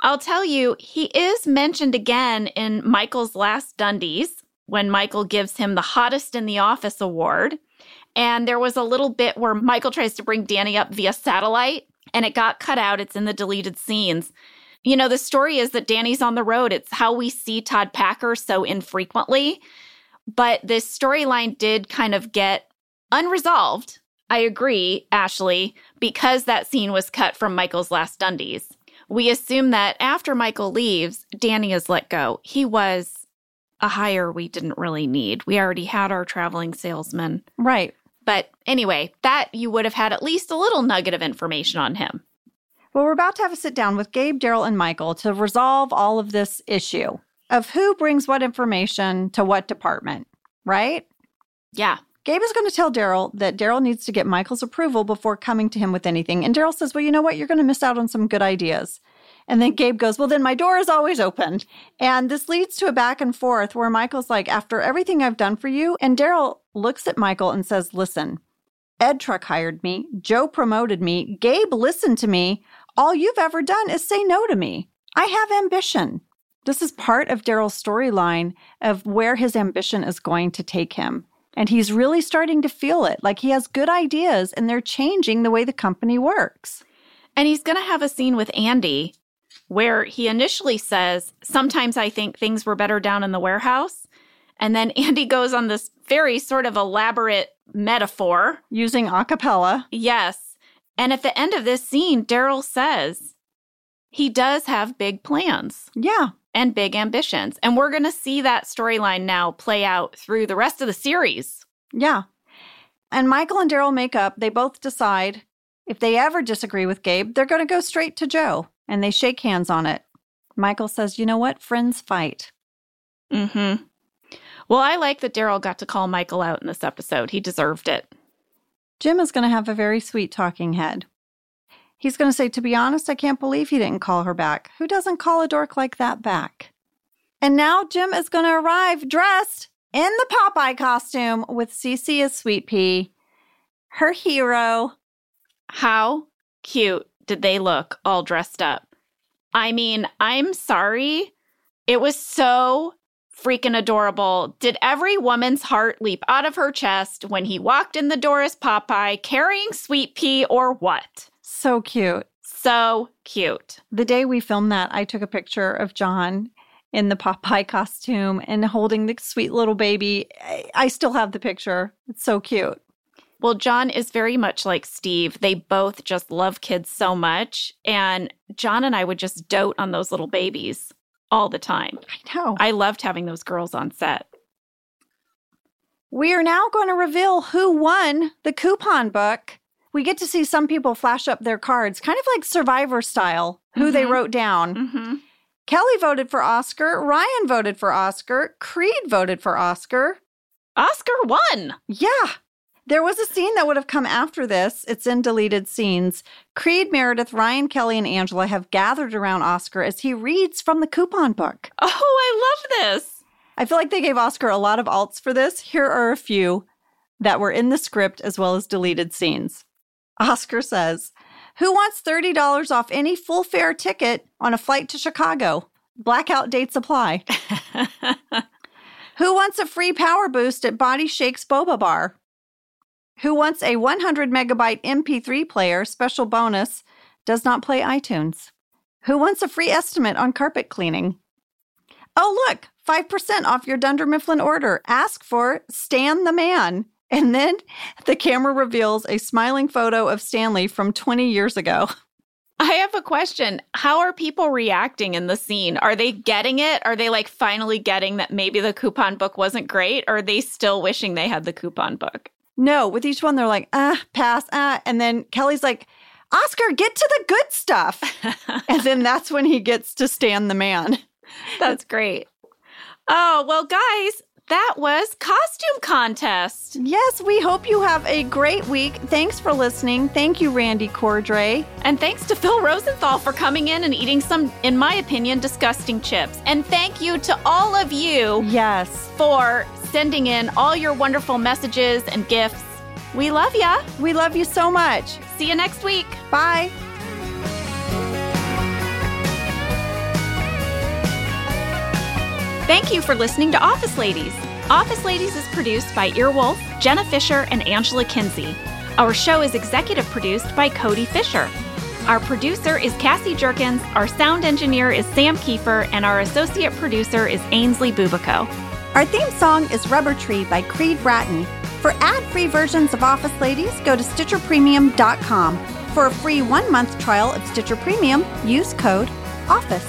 A: I'll tell you, he is mentioned again in Michael's last Dundies when Michael gives him the Hottest in the Office award. And there was a little bit where Michael tries to bring Danny up via satellite and it got cut out. It's in the deleted scenes. You know, the story is that Danny's on the road. It's how we see Todd Packer so infrequently. But this storyline did kind of get unresolved. I agree, Ashley, because that scene was cut from Michael's last Dundies. We assume that after Michael leaves, Danny is let go. He was a hire we didn't really need. We already had our traveling salesman.
B: Right.
A: But anyway, that you would have had at least a little nugget of information on him.
B: Well, we're about to have a sit down with Gabe, Daryl, and Michael to resolve all of this issue of who brings what information to what department, right?
A: Yeah.
B: Gabe is going to tell Daryl that Daryl needs to get Michael's approval before coming to him with anything. And Daryl says, Well, you know what? You're going to miss out on some good ideas. And then Gabe goes, Well, then my door is always open. And this leads to a back and forth where Michael's like, After everything I've done for you. And Daryl looks at Michael and says, Listen, Ed Truck hired me. Joe promoted me. Gabe listened to me. All you've ever done is say no to me. I have ambition. This is part of Daryl's storyline of where his ambition is going to take him. And he's really starting to feel it. Like he has good ideas and they're changing the way the company works.
A: And he's going to have a scene with Andy where he initially says, Sometimes I think things were better down in the warehouse. And then Andy goes on this very sort of elaborate metaphor.
B: Using a cappella.
A: Yes. And at the end of this scene, Daryl says he does have big plans
B: Yeah.
A: and big ambitions. And we're going to see that storyline now play out through the rest of the series.
B: Yeah. And Michael and Daryl make up. They both decide if they ever disagree with Gabe, they're going to go straight to Joe and they shake hands on it. Michael says, You know what? Friends fight.
A: Mm-hmm. Well, I like that Daryl got to call Michael out in this episode. He deserved it.
B: Jim is going to have a very sweet talking head. He's going to say, To be honest, I can't believe he didn't call her back. Who doesn't call a dork like that back? And now Jim is going to arrive dressed in the Popeye costume with Cece as Sweet Pea, her hero.
A: How cute did they look all dressed up? I mean, I'm sorry. It was so freaking adorable. Did every woman's heart leap out of her chest when he walked in the door as Popeye carrying Sweet Pea or what?
B: So cute.
A: So cute.
B: The day we filmed that, I took a picture of John in the Popeye costume and holding the sweet little baby. I, I still have the picture. It's so cute.
A: Well, John is very much like Steve. They both just love kids so much. And John and I would just dote on those little babies all the time.
B: I know.
A: I loved having those girls on set.
B: we are now going to reveal who won the coupon book. We get to see some people flash up their cards, kind of like Survivor style, who they
A: Mhm.
B: wrote down.
A: Mm-hmm.
B: Kelly voted for Oscar. Ryan voted for Oscar. Creed voted for Oscar.
A: Oscar won.
B: Yeah. There was a scene that would have come after this. It's in deleted scenes. Creed, Meredith, Ryan, Kelly, and Angela have gathered around Oscar as he reads from the coupon book.
A: Oh, I love this.
B: I feel like they gave Oscar a lot of alts for this. Here are a few that were in the script as well as deleted scenes. Oscar says, Who wants $30 off any full fare ticket on a flight to Chicago? Blackout dates apply. Who wants a free power boost at Body Shake's Boba Bar? Who wants a 100 megabyte MP3 player special bonus? Does not play iTunes. Who wants a free estimate on carpet cleaning? Oh, look, 5% off your Dunder Mifflin order. Ask for Stan the Man. And then the camera reveals a smiling photo of Stanley from 20 years ago.
A: I have a question. How are people reacting in the scene? Are they getting it? Are they like finally getting that maybe the coupon book wasn't great? Or are they still wishing they had the coupon book?
B: No, with each one, they're like, ah, pass, ah. And then Kelly's like, Oscar, get to the good stuff. and then that's when he gets to stand the man.
A: That's great. Oh, well, guys, that was costume contest.
B: Yes, we hope you have a great week. Thanks for listening. Thank you, Randy Cordray.
A: And thanks to Phil Rosenthal for coming in and eating some, in my opinion, disgusting chips. And thank you to all of you
B: Yes,
A: for sending in all your wonderful messages and gifts. We love ya.
B: we love you so much.
A: See you next week.
B: Bye.
A: Thank you for listening to Office Ladies. Office Ladies is produced by Earwolf, Jenna Fisher, and Angela Kinsey. Our show is executive produced by Cody Fisher. Our producer is Cassie Jerkins, our sound engineer is Sam Kiefer, and our associate producer is Ainsley Bubico.
B: Our theme song is Rubber Tree by Creed Bratton. For ad free versions of Office Ladies, go to StitcherPremium.com. For a free one month trial of Stitcher Premium, use code OFFICE.